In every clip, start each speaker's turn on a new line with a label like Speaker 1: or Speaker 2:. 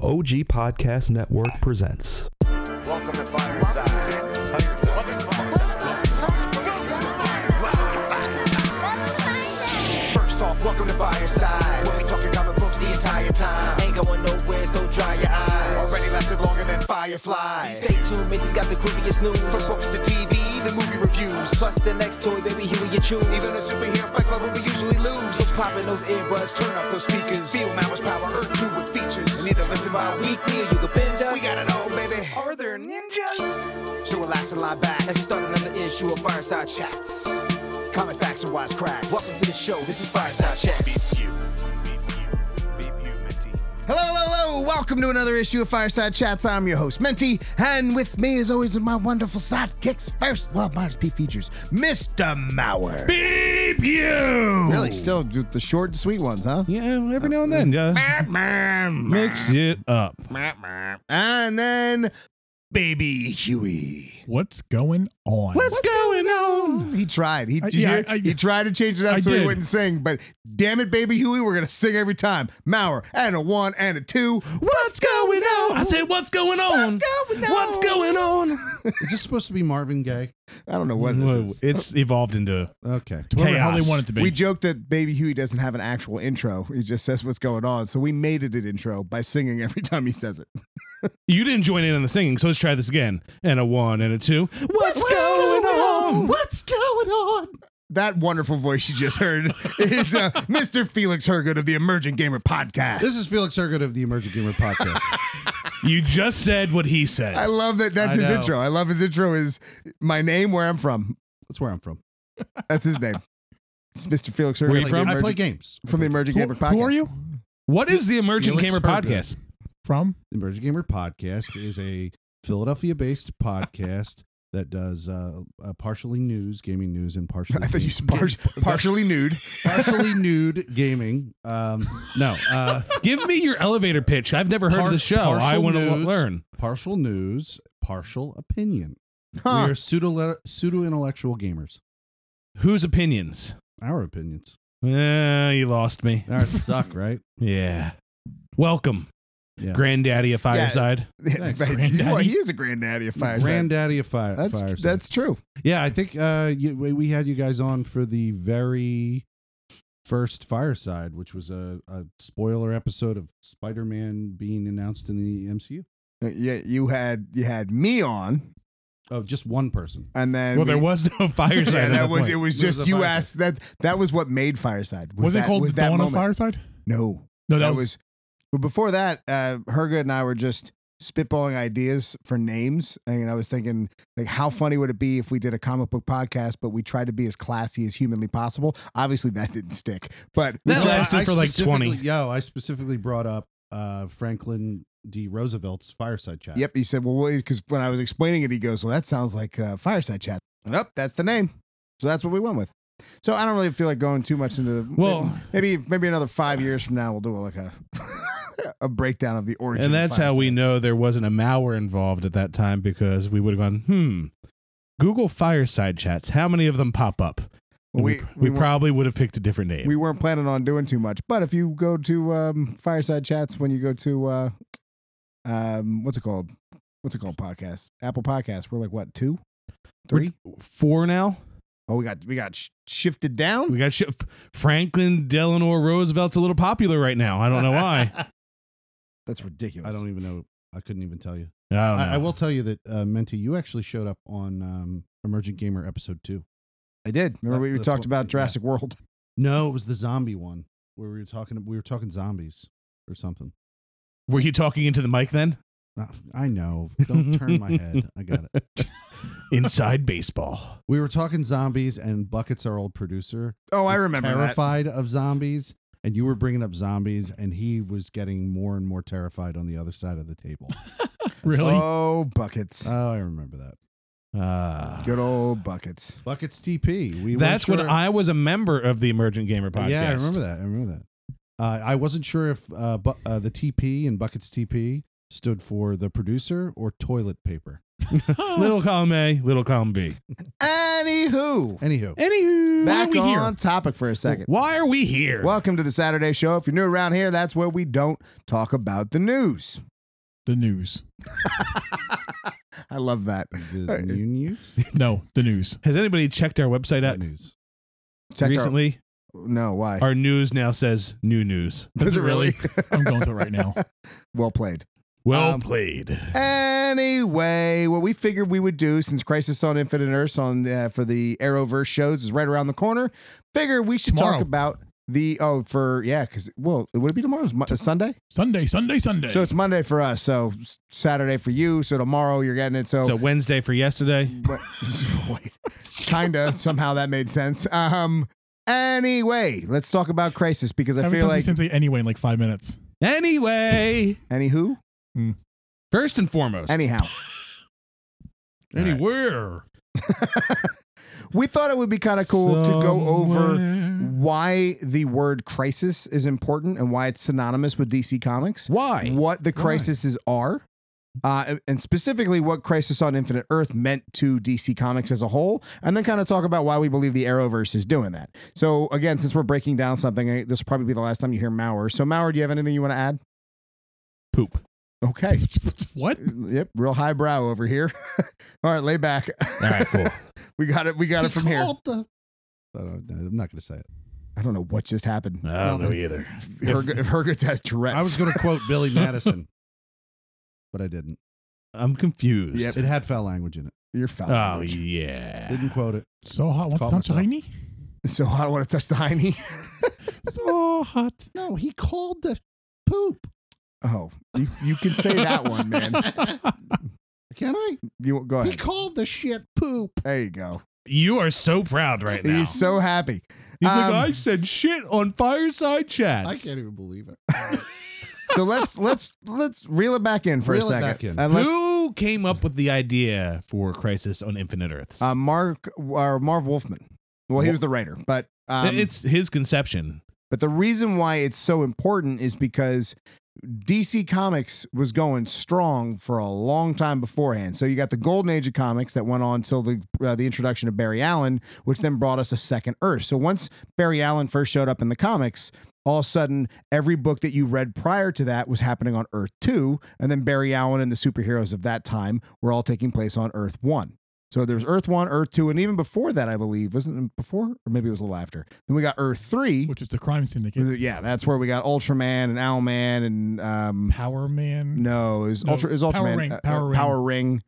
Speaker 1: OG Podcast Network presents.
Speaker 2: Welcome to Fireside. First off, welcome to Fireside. When we talking comic books the entire time, ain't going nowhere, so dry your eyes. Already lasted longer than Firefly.
Speaker 3: Stay tuned, Mitch's got the creepiest
Speaker 2: From
Speaker 3: news.
Speaker 2: books to TV, the movie reviews.
Speaker 3: Plus the next toy, baby, here we you
Speaker 2: Even
Speaker 3: choose.
Speaker 2: the superhero fight club where we usually lose.
Speaker 3: So popping those earbuds,
Speaker 2: Turn up those speakers. Feel Mama's power, Earth 2 with features. And either listen by
Speaker 3: weekly,
Speaker 2: weekly
Speaker 3: or you can binge us.
Speaker 2: We got it all, baby.
Speaker 3: Are there ninjas?
Speaker 2: So relax and lie back
Speaker 3: As we start another issue of Fireside Chat.
Speaker 2: chats. Comic facts and wise cracks.
Speaker 3: Welcome to the show.
Speaker 2: This is Fireside Chats.
Speaker 4: Hello, hello, hello. Welcome to another issue of Fireside Chats. I'm your host, Menti, and with me, as always, are my wonderful sidekicks. First, well, minus P features, Mr. Mauer. Beep you! Really, still just the short and sweet ones, huh?
Speaker 5: Yeah, every now and then, yeah. Mix it up.
Speaker 4: And then, Baby Huey.
Speaker 6: What's going on?
Speaker 5: going on?
Speaker 4: He tried. He,
Speaker 6: I-
Speaker 4: did you
Speaker 6: yeah,
Speaker 4: hear?
Speaker 6: I- I-
Speaker 4: he tried to change it up
Speaker 6: I
Speaker 4: so he
Speaker 6: did.
Speaker 4: wouldn't sing, but damn it, Baby Huey, we're going to sing every time. Mauer, and a one, and a two.
Speaker 5: What's going on? I said, what's going on?
Speaker 4: What's going on?
Speaker 5: What's going on?
Speaker 7: Is this supposed to be Marvin Gaye?
Speaker 4: I don't know what this
Speaker 5: Whoa,
Speaker 4: is.
Speaker 5: It's evolved into
Speaker 7: Okay.
Speaker 6: It's whatever the hell
Speaker 5: Chaos.
Speaker 6: they want it to be.
Speaker 4: We joked that Baby Huey doesn't have an actual intro. He just says what's going on. So we made it an intro by singing every time he says it.
Speaker 5: you didn't join in on the singing, so let's try this again. And a one and a two. What's, going, on?
Speaker 4: What's going on? That wonderful voice you just heard is uh, Mr. Felix Hergood of the Emergent Gamer Podcast.
Speaker 7: This is Felix Hergood of the Emergent Gamer Podcast.
Speaker 5: You just said what he said.
Speaker 4: I love that. That's
Speaker 7: I
Speaker 4: his
Speaker 7: know.
Speaker 4: intro. I love his intro. Is my name where I'm from?
Speaker 7: That's where I'm from.
Speaker 4: That's his name. It's Mr. Felix Hergood.
Speaker 5: Where you
Speaker 4: of the
Speaker 5: from?
Speaker 7: I play
Speaker 4: Emergent-
Speaker 7: games.
Speaker 4: From the Emergent Gamer Podcast.
Speaker 6: Who are you?
Speaker 5: what is the Emergent
Speaker 7: Felix
Speaker 5: Gamer
Speaker 7: Hergood.
Speaker 5: Podcast?
Speaker 6: From?
Speaker 7: The Emergent Gamer Podcast is a Philadelphia based podcast that does uh, uh, partially news, gaming news, and partially.
Speaker 4: I thought you said
Speaker 7: game-
Speaker 4: par- partially nude.
Speaker 7: partially nude gaming. Um, no. Uh,
Speaker 5: Give me your elevator pitch. I've never heard
Speaker 7: par-
Speaker 5: of the show. I
Speaker 7: partial
Speaker 5: want to
Speaker 7: news,
Speaker 5: learn.
Speaker 7: Partial news, partial opinion.
Speaker 4: Huh.
Speaker 7: We are pseudo pseudo intellectual gamers.
Speaker 5: Whose opinions?
Speaker 7: Our opinions.
Speaker 5: Uh, you lost me.
Speaker 7: Ours suck, right?
Speaker 5: Yeah. Welcome,
Speaker 7: Yeah.
Speaker 5: granddaddy of Fireside.
Speaker 7: Thanks,
Speaker 4: You are-
Speaker 5: granddaddy.
Speaker 4: he is a granddaddy of fire.
Speaker 7: Granddaddy of fire.
Speaker 4: that's
Speaker 7: Fireside.
Speaker 4: that's true.
Speaker 7: Yeah, I think uh, you, we we had you guys on for the very first Fireside, which was a, a spoiler episode of Spider Man being announced in the MCU.
Speaker 4: Uh, Yeah, you had you had me on,
Speaker 7: Of Oh, just one person.
Speaker 4: and then
Speaker 5: well, there
Speaker 4: we-
Speaker 5: was no fireside.
Speaker 4: Yeah,
Speaker 5: at
Speaker 4: that
Speaker 5: that
Speaker 4: was
Speaker 5: point.
Speaker 4: it. Was
Speaker 7: There was
Speaker 4: just
Speaker 7: a
Speaker 4: you
Speaker 7: Fireside.
Speaker 4: asked that. That was what made Fireside.
Speaker 6: Was,
Speaker 4: that,
Speaker 6: it called
Speaker 4: was that
Speaker 6: Dawn
Speaker 4: moment.
Speaker 6: of Fireside?
Speaker 4: No,
Speaker 5: Oh,
Speaker 6: No,
Speaker 4: that
Speaker 6: that,
Speaker 4: was. But before that, uh, Herga and I were just spitballing ideas for names, and I was thinking like, how funny would it be if we did a comic book podcast, but we tried to be as classy as humanly possible. Obviously, that didn't stick, but we
Speaker 5: That
Speaker 4: tried-
Speaker 5: lasted for like
Speaker 7: specifically-
Speaker 5: 20.
Speaker 7: Yo, I specifically brought up uh, Franklin D. Roosevelt's Fireside Chat.
Speaker 4: Yep, he said, well, because when I was explaining it, he goes, well, that sounds like uh, Fireside Chat. And up, that's the name. So that's what we went with. So I don't really feel like going too much into the.
Speaker 5: Well-
Speaker 4: maybe maybe another five years from now, we'll do like a a breakdown of the origin. of
Speaker 5: and that's how we
Speaker 4: Fireside.
Speaker 5: know there wasn't a malware involved at that time because we would have gone, hmm, Google fireside chats. How many of them pop up? And
Speaker 4: We,
Speaker 5: we,
Speaker 4: we,
Speaker 5: we
Speaker 4: weren't-
Speaker 5: probably would have picked a different name.
Speaker 4: we weren't planning on doing too much. But if you go to um, Fireside Chats, when you go to, uh, um, what's it called? What's it called? Podcast. Apple Podcast. We're like, what, two?
Speaker 5: We're-
Speaker 4: Three?
Speaker 5: Four now.
Speaker 4: Oh, we got we got sh- shifted down.
Speaker 5: We got sh- Franklin Delano Roosevelt's a little popular right now. I don't know why.
Speaker 4: That's ridiculous.
Speaker 7: I don't even know. I couldn't even tell you.
Speaker 5: I, don't know.
Speaker 7: I, I will tell you that, uh, Menti, you actually showed up on um, Emergent Gamer episode two.
Speaker 4: I did. Remember
Speaker 7: That-
Speaker 4: we
Speaker 7: that's
Speaker 4: talked
Speaker 7: what-
Speaker 4: about
Speaker 7: yeah.
Speaker 4: Jurassic World.
Speaker 7: No, it was the zombie one where we were talking. We were talking zombies or something.
Speaker 5: Were you talking into the mic then?
Speaker 7: Uh, I know. Don't turn my head. I got it.
Speaker 5: Inside baseball.
Speaker 7: We were talking zombies, and Bucket's our old producer.
Speaker 4: Oh, I
Speaker 7: is
Speaker 4: remember
Speaker 7: Terrified of zombies, and you were bringing up zombies, and he was getting more and more terrified on the other side of the table.
Speaker 6: Really?
Speaker 4: Oh, buckets.
Speaker 7: oh, I remember that.
Speaker 5: Ah.
Speaker 4: Good old buckets.
Speaker 7: Bucket's TP. We weren't
Speaker 5: that's when
Speaker 7: sure-
Speaker 5: I was a member of the Emergent Gamer podcast.
Speaker 7: Yeah, I remember that. I remember that. Uh, I wasn't sure if uh, bu- uh, the TP and Bucket's TP stood for the producer or toilet paper.
Speaker 5: Little column A, little column B.
Speaker 4: Anywho,
Speaker 7: Anywho,
Speaker 5: Anywho,
Speaker 4: back
Speaker 5: why are we
Speaker 4: on
Speaker 5: here?
Speaker 4: topic for a second.
Speaker 5: Why are we here?
Speaker 4: Welcome to the Saturday show. If you're new around here, that's where we don't talk about the news.
Speaker 6: The news.
Speaker 4: I love that.
Speaker 7: The
Speaker 4: Alright.
Speaker 7: new news?
Speaker 6: No, the news.
Speaker 5: Has anybody checked our website out
Speaker 7: New news.
Speaker 4: Checked our-
Speaker 5: recently?
Speaker 4: no, why?
Speaker 5: Our, news now says new news.
Speaker 4: Does it really?
Speaker 6: I'm going to it right now.
Speaker 4: well played.
Speaker 5: Well
Speaker 4: Um,
Speaker 5: played.
Speaker 4: Anyway, what we figured we would do since Crisis on Infinite Earths on uh, for the Arrowverse shows is right around the corner. Figure we should
Speaker 6: Tomorrow.
Speaker 4: talk about the oh for yeah because well would it be tomorrow It's Mo- Sunday
Speaker 6: Sunday, Sunday, Sunday.
Speaker 4: so it's Monday for us so s- Saturday for you so tomorrow you're getting it so,
Speaker 5: So Wednesday for yesterday.
Speaker 4: but, kind of somehow that made sense um anyway let's talk about Crisis because I
Speaker 6: Haven't
Speaker 4: feel
Speaker 6: done
Speaker 4: like
Speaker 6: simply anyway in like five minutes.
Speaker 5: Anyway,
Speaker 4: any who
Speaker 5: first and foremost.
Speaker 4: anyhow
Speaker 5: All right.
Speaker 6: Anywhere.
Speaker 4: we thought it would be kind of cool to go over.
Speaker 5: Somewhere.
Speaker 4: why the word crisis is important and why it's synonymous with DC Comics,
Speaker 5: why.
Speaker 4: what the crises are, uh, and specifically what Crisis on Infinite Earth meant to DC Comics as a whole, and then kind of talk about why we believe the Arrowverse is doing that. So, again, since we're breaking down something, I, this will probably be the last time you hear Maurer. So, Maurer, do you have anything you want to add?
Speaker 5: Poop.
Speaker 4: Okay.
Speaker 6: what?
Speaker 4: yep. Real highbrow over here. All right, lay back.
Speaker 5: All right, cool.
Speaker 4: we got it. We got it from here.
Speaker 7: Called the- I don't- uh, I'm not going to say it.
Speaker 4: I don't know what just happened.
Speaker 5: I don't know either.
Speaker 4: Herg- Hergot's has Tourette's.
Speaker 7: I was going to quote Billy Madison, but I didn't.
Speaker 5: I'm confused.
Speaker 4: Yep.
Speaker 7: It had foul language in it.
Speaker 4: You're foul.
Speaker 5: Oh yeah.
Speaker 7: Didn't quote it.
Speaker 6: Ah. So hot.
Speaker 7: Call
Speaker 6: What's
Speaker 7: myself.
Speaker 6: tiny?
Speaker 4: So I don't want to touch the hiney.
Speaker 6: So hot.
Speaker 7: No, he called the poop.
Speaker 4: Oh, you, you can say that one, man.
Speaker 7: Can I?
Speaker 4: You go
Speaker 7: He
Speaker 4: ahead.
Speaker 7: called the shit poop.
Speaker 4: There you go.
Speaker 5: You are so proud right now.
Speaker 4: He's
Speaker 5: He's,
Speaker 4: so happy.
Speaker 5: like,
Speaker 4: um,
Speaker 5: I said shit on fireside chats.
Speaker 7: I can't even believe it.
Speaker 4: So let's let's let's reel it back in for
Speaker 7: Reel
Speaker 4: a
Speaker 7: it
Speaker 4: second.
Speaker 7: back in.
Speaker 4: And let's
Speaker 5: Who came up with the idea for Crisis on Infinite Earths?
Speaker 4: uh, Mark or Marv Wolfman. Well, he was the writer, but um,
Speaker 5: it's his conception.
Speaker 4: But the reason why it's so important is because DC Comics was going strong for a long time beforehand. So you got the Golden Age of comics that went on till the uh, the introduction of Barry Allen, which then brought us a second Earth. So once Barry Allen first showed up in the comics, all of a sudden every book that you read prior to that was happening on Earth 2, and then Barry Allen and the superheroes of that time were all taking place on Earth 1. So there's Earth 1, Earth 2, and even before that, I believe, wasn't it before or maybe it was a little after. Then we got Earth 3,
Speaker 6: Which is the crime
Speaker 4: was
Speaker 6: syndicate.
Speaker 4: it- Yeah, that's where we got Ultraman and Owlman and um
Speaker 6: Power Man.
Speaker 4: no, it was
Speaker 6: No,
Speaker 4: Ultra it was
Speaker 6: Power
Speaker 4: Ultraman
Speaker 6: Ring,
Speaker 4: uh,
Speaker 6: Power
Speaker 4: uh,
Speaker 6: Ring.
Speaker 4: Power Ring.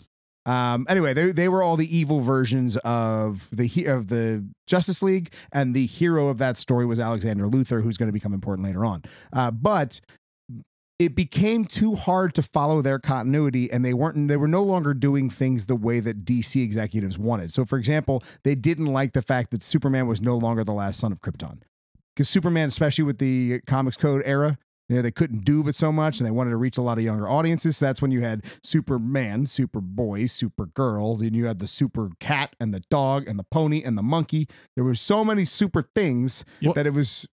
Speaker 4: Um anyway, they they were all the evil versions of the he- of the Justice League and the hero of that story was Alexander Luther who's going to become important later on. Uh but it became too hard to follow their continuity and they weren't they were no longer doing things the way that DC executives wanted. So for example, they didn't like the fact that Superman was no longer the last son of Krypton. Cuz Superman especially with the comics code era, you know, they couldn't do but so much and they wanted to reach a lot of younger audiences. So that's when you had Superman, Superboy, Supergirl, then you had the super cat and the dog and the pony and the monkey. There were so many super things
Speaker 5: Yep.
Speaker 4: that it was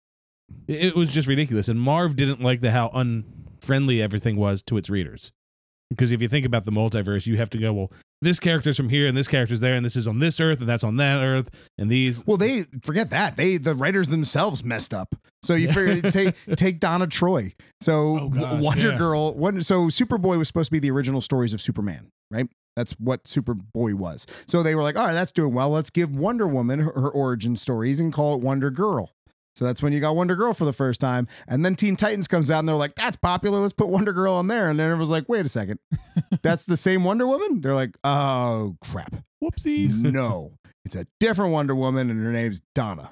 Speaker 5: It it was just ridiculous. And Marv didn't like the how unfriendly everything was to its readers. Because if you think about the multiverse, you have to go, well, this character's from here and this character's there and this is on this earth and that's on that earth and these.
Speaker 4: Well, they forget that they the writers themselves messed up. So you figure take take Donna Troy. So
Speaker 6: Oh, gosh,
Speaker 4: Wonder
Speaker 6: yes.
Speaker 4: Girl. Wonder, so Superboy was supposed to be the original stories of Superman, right? That's what Superboy was. So they were like, all right, that's doing well. Let's give Wonder Woman her, her origin stories and call it Wonder Girl. So that's when you got Wonder Girl for the first time. And then Teen Titans comes out and they're like, that's popular. Let's put Wonder Girl on there. And then everyone's like, wait a second. That's the same Wonder Woman? They're like, oh, crap.
Speaker 6: Whoopsies.
Speaker 4: No, it's a different Wonder Woman, and her name's Donna.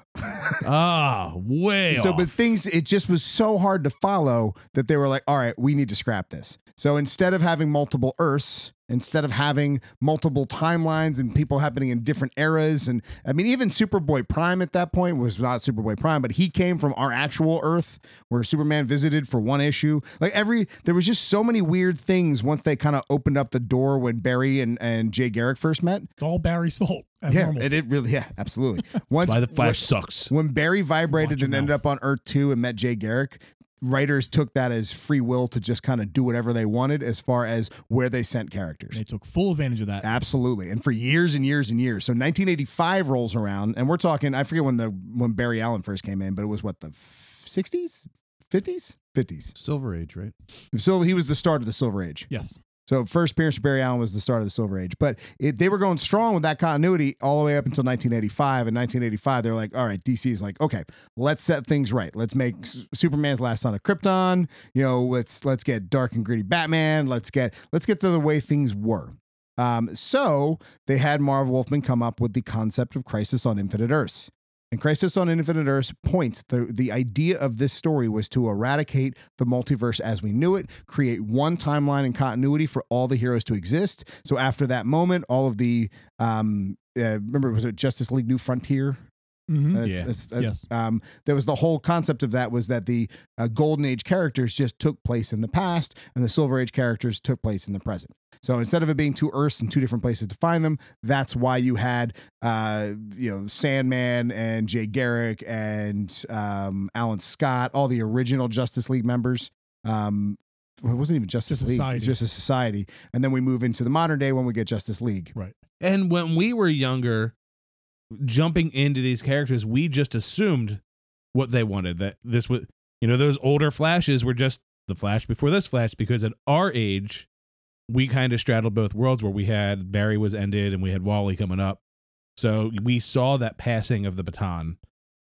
Speaker 5: Ah, way.
Speaker 4: so,
Speaker 5: off.
Speaker 4: but things, it just was so hard to follow that they were like, all right, we need to scrap this. So instead of having multiple Earths, instead of having multiple timelines and people happening in different eras, and I mean, even Superboy Prime at that point was not Superboy Prime, but he came from our actual Earth where Superman visited for one issue. Like every, there was just so many weird things once they kind of opened up the door when Barry and, and Jay Garrick first met.
Speaker 6: It's all Barry's fault. As
Speaker 4: Yeah,
Speaker 6: normal.
Speaker 4: it, it really, yeah, absolutely. Once
Speaker 5: That's why the Flash sucks.
Speaker 4: when Barry vibrated
Speaker 6: Watch your
Speaker 4: and ended
Speaker 6: mouth.
Speaker 4: up on Earth 2 and met Jay Garrick, writers took that as free will to just kind of do whatever they wanted as far as where they sent characters.
Speaker 6: And they took full advantage of that.
Speaker 4: Absolutely. And for years and years and years. So 1985 rolls around and we're talking I forget when the when Barry Allen first came in, but it was what the f- 60s? 50s? 50s.
Speaker 7: Silver Age, right?
Speaker 4: So he was the start of the Silver Age.
Speaker 6: Yes.
Speaker 4: So first appearance of Barry Allen was the start of the Silver Age, but it, they were going strong with that continuity all the way up until 1985. In 1985, they're like, all right, DC is like, okay, let's set things right. Let's make S- Superman's last son of Krypton. You know, let's let's get dark and gritty Batman. Let's get let's get to the way things were. Um, so they had Marv Wolfman come up with the concept of Crisis on Infinite Earths. And Crisis on Infinite Earths points the, the idea of this story was to eradicate the multiverse as we knew it, create one timeline and continuity for all the heroes to exist. So after that moment, all of the um, uh, remember was it Justice League New Frontier? uh,
Speaker 6: Mm-hmm.
Speaker 4: That's-
Speaker 5: Yeah.
Speaker 4: that's- that's-
Speaker 6: Yes.
Speaker 4: Um, there was the whole concept of that was that the uh, Golden Age characters just took place in the past, and the Silver Age characters took place in the present. So instead of it being two Earths and two different places to find them, that's why you had, uh, you know, Sandman and Jay Garrick and um, Alan Scott, all the original Justice League members. Um, well, it wasn't even Justice
Speaker 6: Just
Speaker 4: League;
Speaker 6: Society.
Speaker 4: it's just a society. And then we move into the modern day when we get Justice League.
Speaker 5: And when we were younger, jumping into these characters, we just assumed what they wanted. That this was, you know, those older flashes were just the flash before this flash because at our age, we kind of straddled both worlds where we had Barry was ended and we had Wally coming up. So we saw that passing of the baton.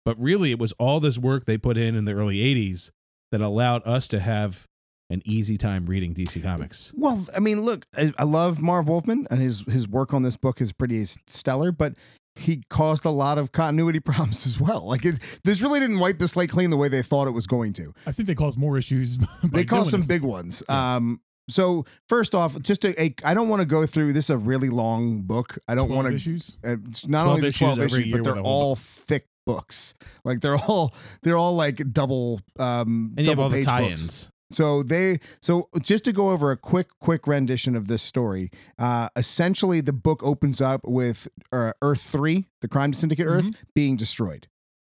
Speaker 5: But really, it was all this work they put in in the early 80s that allowed us to have an easy time reading DC Comics.
Speaker 4: Well, I mean, look, I, I love Marv Wolfman, and his his work on this book is pretty stellar, but he caused a lot of continuity problems as well. Like, it, this really didn't wipe the slate clean the way they thought it was going to.
Speaker 6: I think they caused more issues. by
Speaker 4: They
Speaker 6: doing
Speaker 4: caused some
Speaker 6: this.
Speaker 4: big ones. Um, so first off, just a, a I don't want to go through this. Is a really long book. I don't
Speaker 6: 12
Speaker 4: want to.
Speaker 6: issues.
Speaker 4: It's not
Speaker 5: 12
Speaker 4: only the
Speaker 5: issues
Speaker 4: twelve
Speaker 5: every
Speaker 4: issues,
Speaker 5: year
Speaker 4: but
Speaker 5: with
Speaker 4: they're
Speaker 5: a whole
Speaker 4: all thick books. Like they're all they're all like double um
Speaker 5: And you have
Speaker 4: double
Speaker 5: all the
Speaker 4: page
Speaker 5: tie
Speaker 4: books.
Speaker 5: ins.
Speaker 4: So they so just to go over a quick quick rendition of this story. Uh, essentially, the book opens up with uh, Earth Three, the crime syndicate Earth, being destroyed,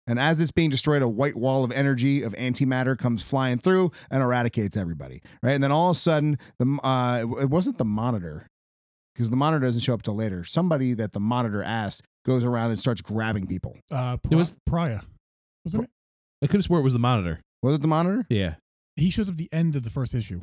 Speaker 4: and as it's being destroyed, a white wall of energy of antimatter comes flying through and eradicates everybody. Right, and then all of a sudden, the uh, it wasn't the monitor because the monitor doesn't show up till later. Somebody that the monitor asked goes around and starts grabbing people.
Speaker 6: Uh,
Speaker 5: It
Speaker 6: it
Speaker 5: was-
Speaker 6: was Priya, wasn't it?
Speaker 5: I could have swore it was the monitor.
Speaker 4: Was it the monitor?
Speaker 5: Yeah.
Speaker 6: He shows up at the end of the first issue.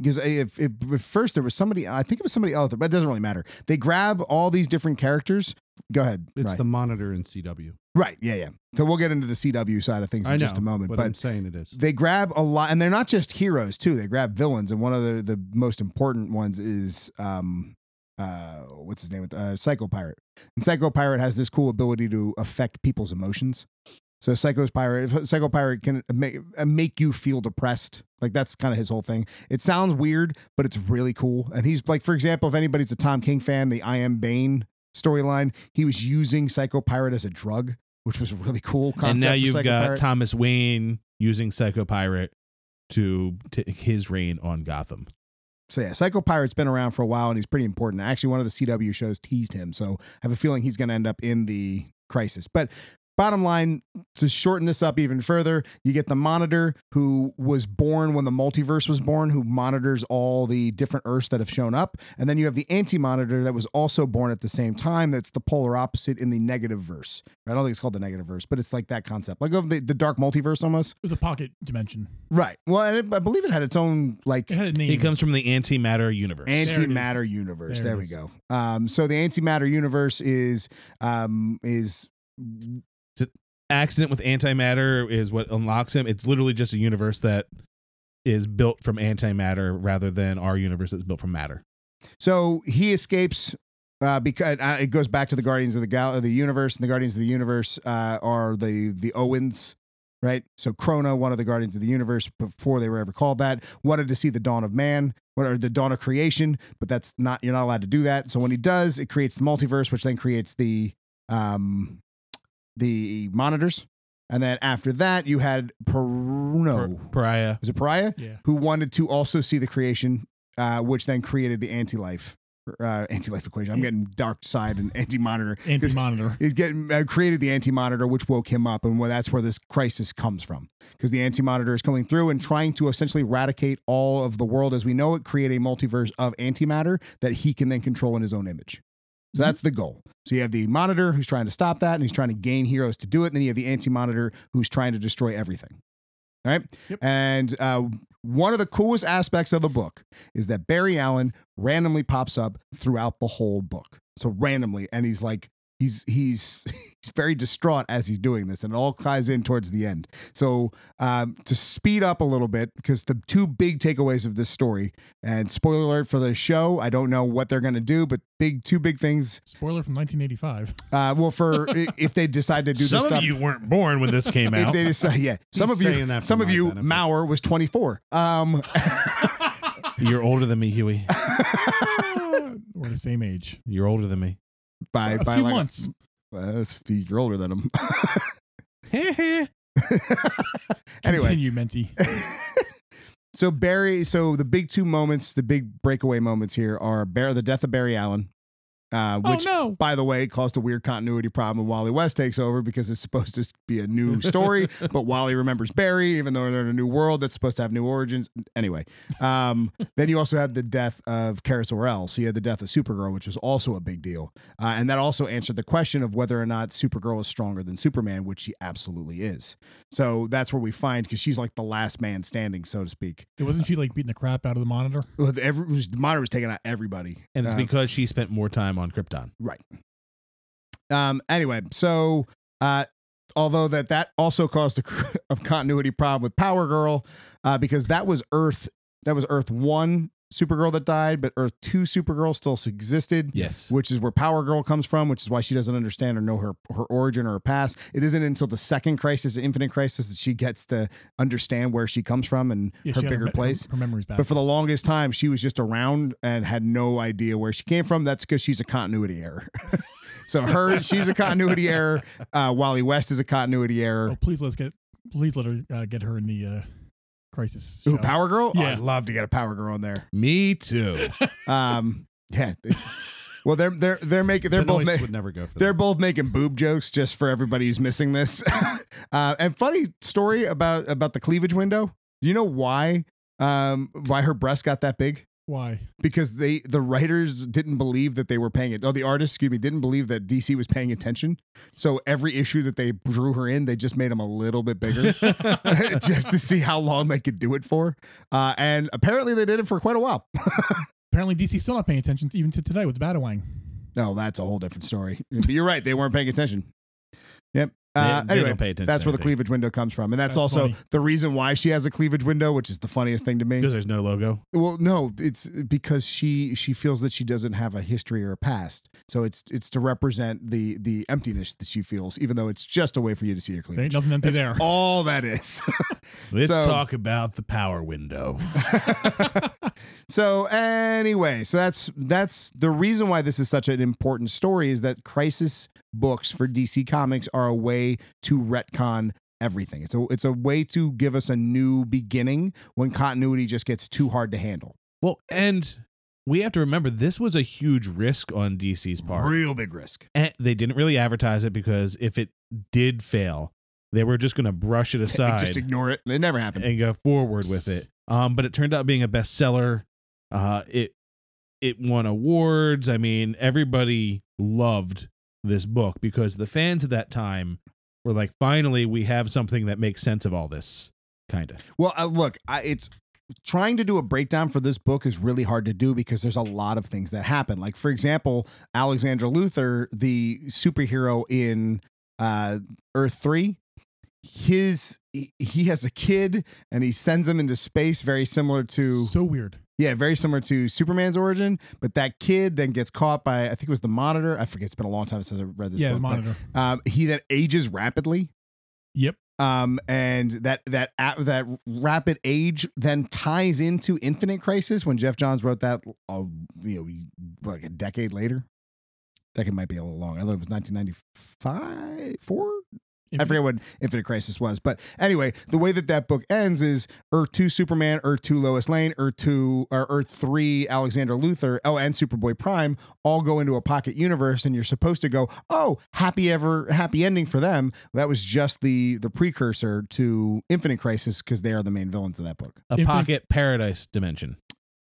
Speaker 4: because eh, if, if, if first there was somebody, I think it was somebody else, but it doesn't really matter. They grab all these different characters. Go ahead.
Speaker 7: It's
Speaker 4: right.
Speaker 7: the monitor in CW.
Speaker 4: right. Yeah, yeah. So we'll get into the CW side of things in
Speaker 7: I know,
Speaker 4: just a moment.
Speaker 7: but,
Speaker 4: But,
Speaker 7: I'm saying it is.
Speaker 4: they grab a lot, and they're not just heroes too. They grab villains, and one of the, the most important ones is um, uh, what's his name? Uh, Psycho Pirate. And Psycho Pirate has this cool ability to affect people's emotions. So Psycho's Pirate, Psycho Pirate can make, make you feel depressed. Like that's kind of his whole thing. It sounds weird, but it's really cool. And he's like, for example, if anybody's a Tom King fan, the I Am Bane storyline, he was using Psycho Pirate as a drug, which was a really cool. Concept
Speaker 5: and now
Speaker 4: for
Speaker 5: you've
Speaker 4: Psycho
Speaker 5: got
Speaker 4: Pirate.
Speaker 5: Thomas Wayne using Psycho Pirate to take his reign on Gotham.
Speaker 4: So yeah, Psycho Pirate's been around for a while and he's pretty important. Actually, one of the CW shows teased him, so I have a feeling he's going to end up in the crisis. But bottom line, to shorten this up even further, you get the Monitor who was born when the multiverse was born, who monitors all the different Earths that have shown up, and then you have the Anti-Monitor that was also born at the same time. That's the polar opposite in the negative verse. I don't think it's called the negative verse, but it's like that concept, like of the, the dark multiverse almost.
Speaker 6: It was a pocket dimension.
Speaker 4: Right. Well, and it, I believe it had its own like
Speaker 6: It had a name.
Speaker 5: He comes from the antimatter universe.
Speaker 6: There it is.
Speaker 4: antimatter universe
Speaker 6: There
Speaker 4: there,
Speaker 6: it
Speaker 4: we
Speaker 6: is.
Speaker 4: go um so the antimatter universe is um is
Speaker 5: Accident with antimatter is what unlocks him. It's literally just a universe that is built from antimatter rather than our universe that's built from matter.
Speaker 4: so he escapes uh, because uh, it goes back to the Guardians of the Gal- of the Universe, and the Guardians of the Universe uh, are the the Owens, right? So Krona, one of the Guardians of the Universe, before they were ever called that, wanted to see the dawn of man or the dawn of creation, but that's not you're not allowed to do that. So when he does, it creates the multiverse, which then creates the um the monitors, and then after that, you had Peruno.
Speaker 5: Par- Pariah.
Speaker 4: was it Pariah?
Speaker 6: Yeah.
Speaker 4: who wanted to also see the creation, uh, which then created the anti-life, uh, anti-life equation. I'm getting dark side and anti-monitor.
Speaker 6: Anti monitor.
Speaker 4: He's getting uh, created the anti-monitor, which woke him up, and well, that's where this crisis comes from. Because the anti-monitor is coming through and trying to essentially eradicate all of the world as we know it, create a multiverse of antimatter that he can then control in his own image. So that's the goal. So you have the monitor who's trying to stop that, and he's trying to gain heroes to do it. And then you have the anti-monitor who's trying to destroy everything. All right.
Speaker 6: Yep.
Speaker 4: And uh, one of the coolest aspects of the book is that Barry Allen randomly pops up throughout the whole book. So randomly, and he's like, he's he's he's very distraught as he's doing this, and it all ties in towards the end. So um, to speed up a little bit, because the two big takeaways of this story, and spoiler alert for the show, I don't know what they're gonna do, but big two big things.
Speaker 6: Spoiler from 1985.
Speaker 4: Uh, well, for i- if they decide to do
Speaker 5: Some
Speaker 4: this
Speaker 5: of
Speaker 4: stuff,
Speaker 5: you weren't born when this came
Speaker 4: if
Speaker 5: out.
Speaker 4: they decide, yeah, some
Speaker 7: He's
Speaker 4: of you,
Speaker 7: saying that for
Speaker 4: some of
Speaker 7: my
Speaker 4: you,
Speaker 7: benefit.
Speaker 4: Maurer was 24. Um,
Speaker 5: You're older than me, Huey.
Speaker 6: We're the same age.
Speaker 5: You're older than me.
Speaker 4: by
Speaker 6: A
Speaker 4: by
Speaker 6: few
Speaker 4: like,
Speaker 6: months.
Speaker 4: Well, that's a few- you're older than him. anyway,
Speaker 6: Continue, Menti.
Speaker 4: so Barry, so the big two moments, the big breakaway moments here are Bear, the death of Barry Allen, uh,
Speaker 6: Oh
Speaker 4: which
Speaker 6: no!
Speaker 4: by the way, caused a weird continuity problem when Wally West takes over because it's supposed to be a new story, but Wally remembers Barry, even though they're in a new world that's supposed to have new origins. Anyway, um, then you also have the death of Karis Orel. So you had the death of Supergirl, which was also a big deal. Uh, and that also answered the question of whether or not Supergirl is stronger than Superman, which she absolutely is. So that's where we find, because she's like the last man standing, so to speak.
Speaker 6: It wasn't she like beating the crap out of the monitor?
Speaker 4: With Every, the monitor was taking out everybody.
Speaker 5: And it's
Speaker 4: Uh,
Speaker 5: because she spent more time on Krypton.
Speaker 4: Um. Anyway, so uh, although that that also caused a, cr- a continuity problem with Power Girl, uh, because that was Earth that was Earth One Supergirl that died, but Earth Two Supergirl still existed.
Speaker 5: Yes.
Speaker 4: Which is where Power Girl comes from, which is why she doesn't understand or know her her origin or her past. It isn't until the second crisis, the Infinite Crisis, that she gets to understand where she comes from and
Speaker 6: Yeah,
Speaker 4: her
Speaker 6: she had
Speaker 4: bigger
Speaker 6: me-
Speaker 4: place.
Speaker 6: Her, her memory's back.
Speaker 4: But for the longest time, she was just around and had no idea where she came from. That's because she's a continuity error. so her, she's a continuity error. Uh, Wally West is a continuity
Speaker 6: oh,
Speaker 4: error.
Speaker 6: please let's get please let her uh, get her in the uh, crisis.
Speaker 4: Ooh,
Speaker 6: show.
Speaker 4: Power Girl.
Speaker 6: Oh,
Speaker 4: Oh,
Speaker 6: Yeah.
Speaker 4: I'd love to get a Power Girl in there.
Speaker 5: Me too.
Speaker 4: Um, yeah. well, they're they're they're making they're both.
Speaker 7: Benoist
Speaker 4: ma-
Speaker 7: would never go for
Speaker 4: They're
Speaker 7: that.
Speaker 4: both making boob jokes just for everybody who's missing this. uh, and funny story about about the cleavage window. Do you know why um, why her breast got that big?
Speaker 6: Why?
Speaker 4: because they the writers didn't believe that they were paying it. Oh, the artists, excuse me, didn't believe that DC was paying attention. So every issue that they drew her in, they just made them a little bit bigger just to see how long they could do it for. Uh, and apparently, they did it for quite a while.
Speaker 6: Apparently DC's still not paying attention to, even to today with the Batawang.
Speaker 4: No, that's a whole different story. But you're right; they weren't paying attention. Yep. Uh,
Speaker 5: They- they
Speaker 4: anyway,
Speaker 5: don't pay attention
Speaker 4: that's
Speaker 5: to
Speaker 4: where the
Speaker 5: anything.
Speaker 4: cleavage window comes from, and that's,
Speaker 6: That's
Speaker 4: also
Speaker 6: funny.
Speaker 4: the reason why she has a cleavage window, which is the funniest thing to me.
Speaker 5: Because there's no logo.
Speaker 4: Well, no, it's because she she feels that she doesn't have a history or a past, so it's it's to represent the the emptiness that she feels, even though it's just a way for you to see your
Speaker 6: There
Speaker 4: cleavage.
Speaker 6: ain't nothing empty there.
Speaker 4: All that is.
Speaker 5: Let's
Speaker 4: So-
Speaker 5: talk about the power window.
Speaker 4: so anyway, so that's that's the reason why this is such an important story is that crisis books for DC Comics are a way to retcon everything. It's a it's a way to give us a new beginning when continuity just gets too hard to handle.
Speaker 5: Well, and we have to remember this was a huge risk on DC's part.
Speaker 4: Real big risk.
Speaker 5: And they didn't really advertise it because if it did fail, they were just going to brush it aside
Speaker 4: Just ignore it. It never happened.
Speaker 5: and go forward with it. Um, but it turned out being a bestseller. Uh, it it won awards. I mean, everybody loved this book because the fans at that time were like, "Finally, we have something that makes sense of all this." Kind of.
Speaker 4: Well, uh, look, I, it's trying to do a breakdown for this book is really hard to do because there's a lot of things that happen. Like, for example, Alexander Luther, the superhero in uh, Earth 3, his he- he has a kid and he sends him into space very similar to
Speaker 6: So weird.
Speaker 4: yeah very similar to superman's origin but that kid then gets caught by i think it was the monitor i forget it's been a long time since i read this
Speaker 6: yeah, the
Speaker 4: book, but,
Speaker 6: monitor.
Speaker 4: um, he that ages rapidly
Speaker 6: Yep.
Speaker 4: um and that that a- that rapid age then ties into infinite crisis when jeff johns wrote that uh, you know like a decade later decade might be a little long i thought it was 1995 four I
Speaker 6: Infinite-
Speaker 4: forget what Infinite Crisis was, but anyway, the way that that book ends is Earth two Superman, Earth two Lois Lane, Earth two or Earth three Alexander Luthor, oh, and Superboy Prime all go into a pocket universe, and you're supposed to go, oh, happy ever happy ending for them. That was just the the precursor to Infinite Crisis because they are the main villains of that book,
Speaker 5: A
Speaker 6: Infinite-
Speaker 5: pocket paradise dimension.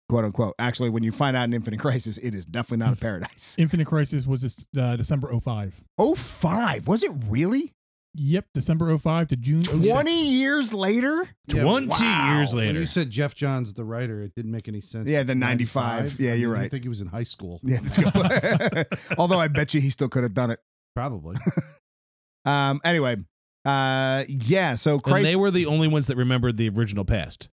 Speaker 4: quote unquote. Actually, when you find out in Infinite Crisis, it is definitely not a paradise.
Speaker 6: oh Infinite Crisis was this, uh, December 05.
Speaker 4: Oh five, was it really?
Speaker 6: Yep, December 05 to June 06.
Speaker 4: 20 years later?
Speaker 7: Yeah,
Speaker 5: 20
Speaker 4: wow.
Speaker 5: years
Speaker 7: When
Speaker 5: later.
Speaker 7: you said Jeff Johns, the writer, it didn't make any sense.
Speaker 4: Yeah, the 95. Yeah,
Speaker 7: I
Speaker 4: you're
Speaker 7: didn't
Speaker 4: right.
Speaker 7: think he was in high school.
Speaker 4: Yeah, let's go. Although I bet you he still could have done it.
Speaker 7: Probably.
Speaker 4: Um, anyway, uh, yeah, so Christ.
Speaker 5: And they were the only ones that remembered the original past.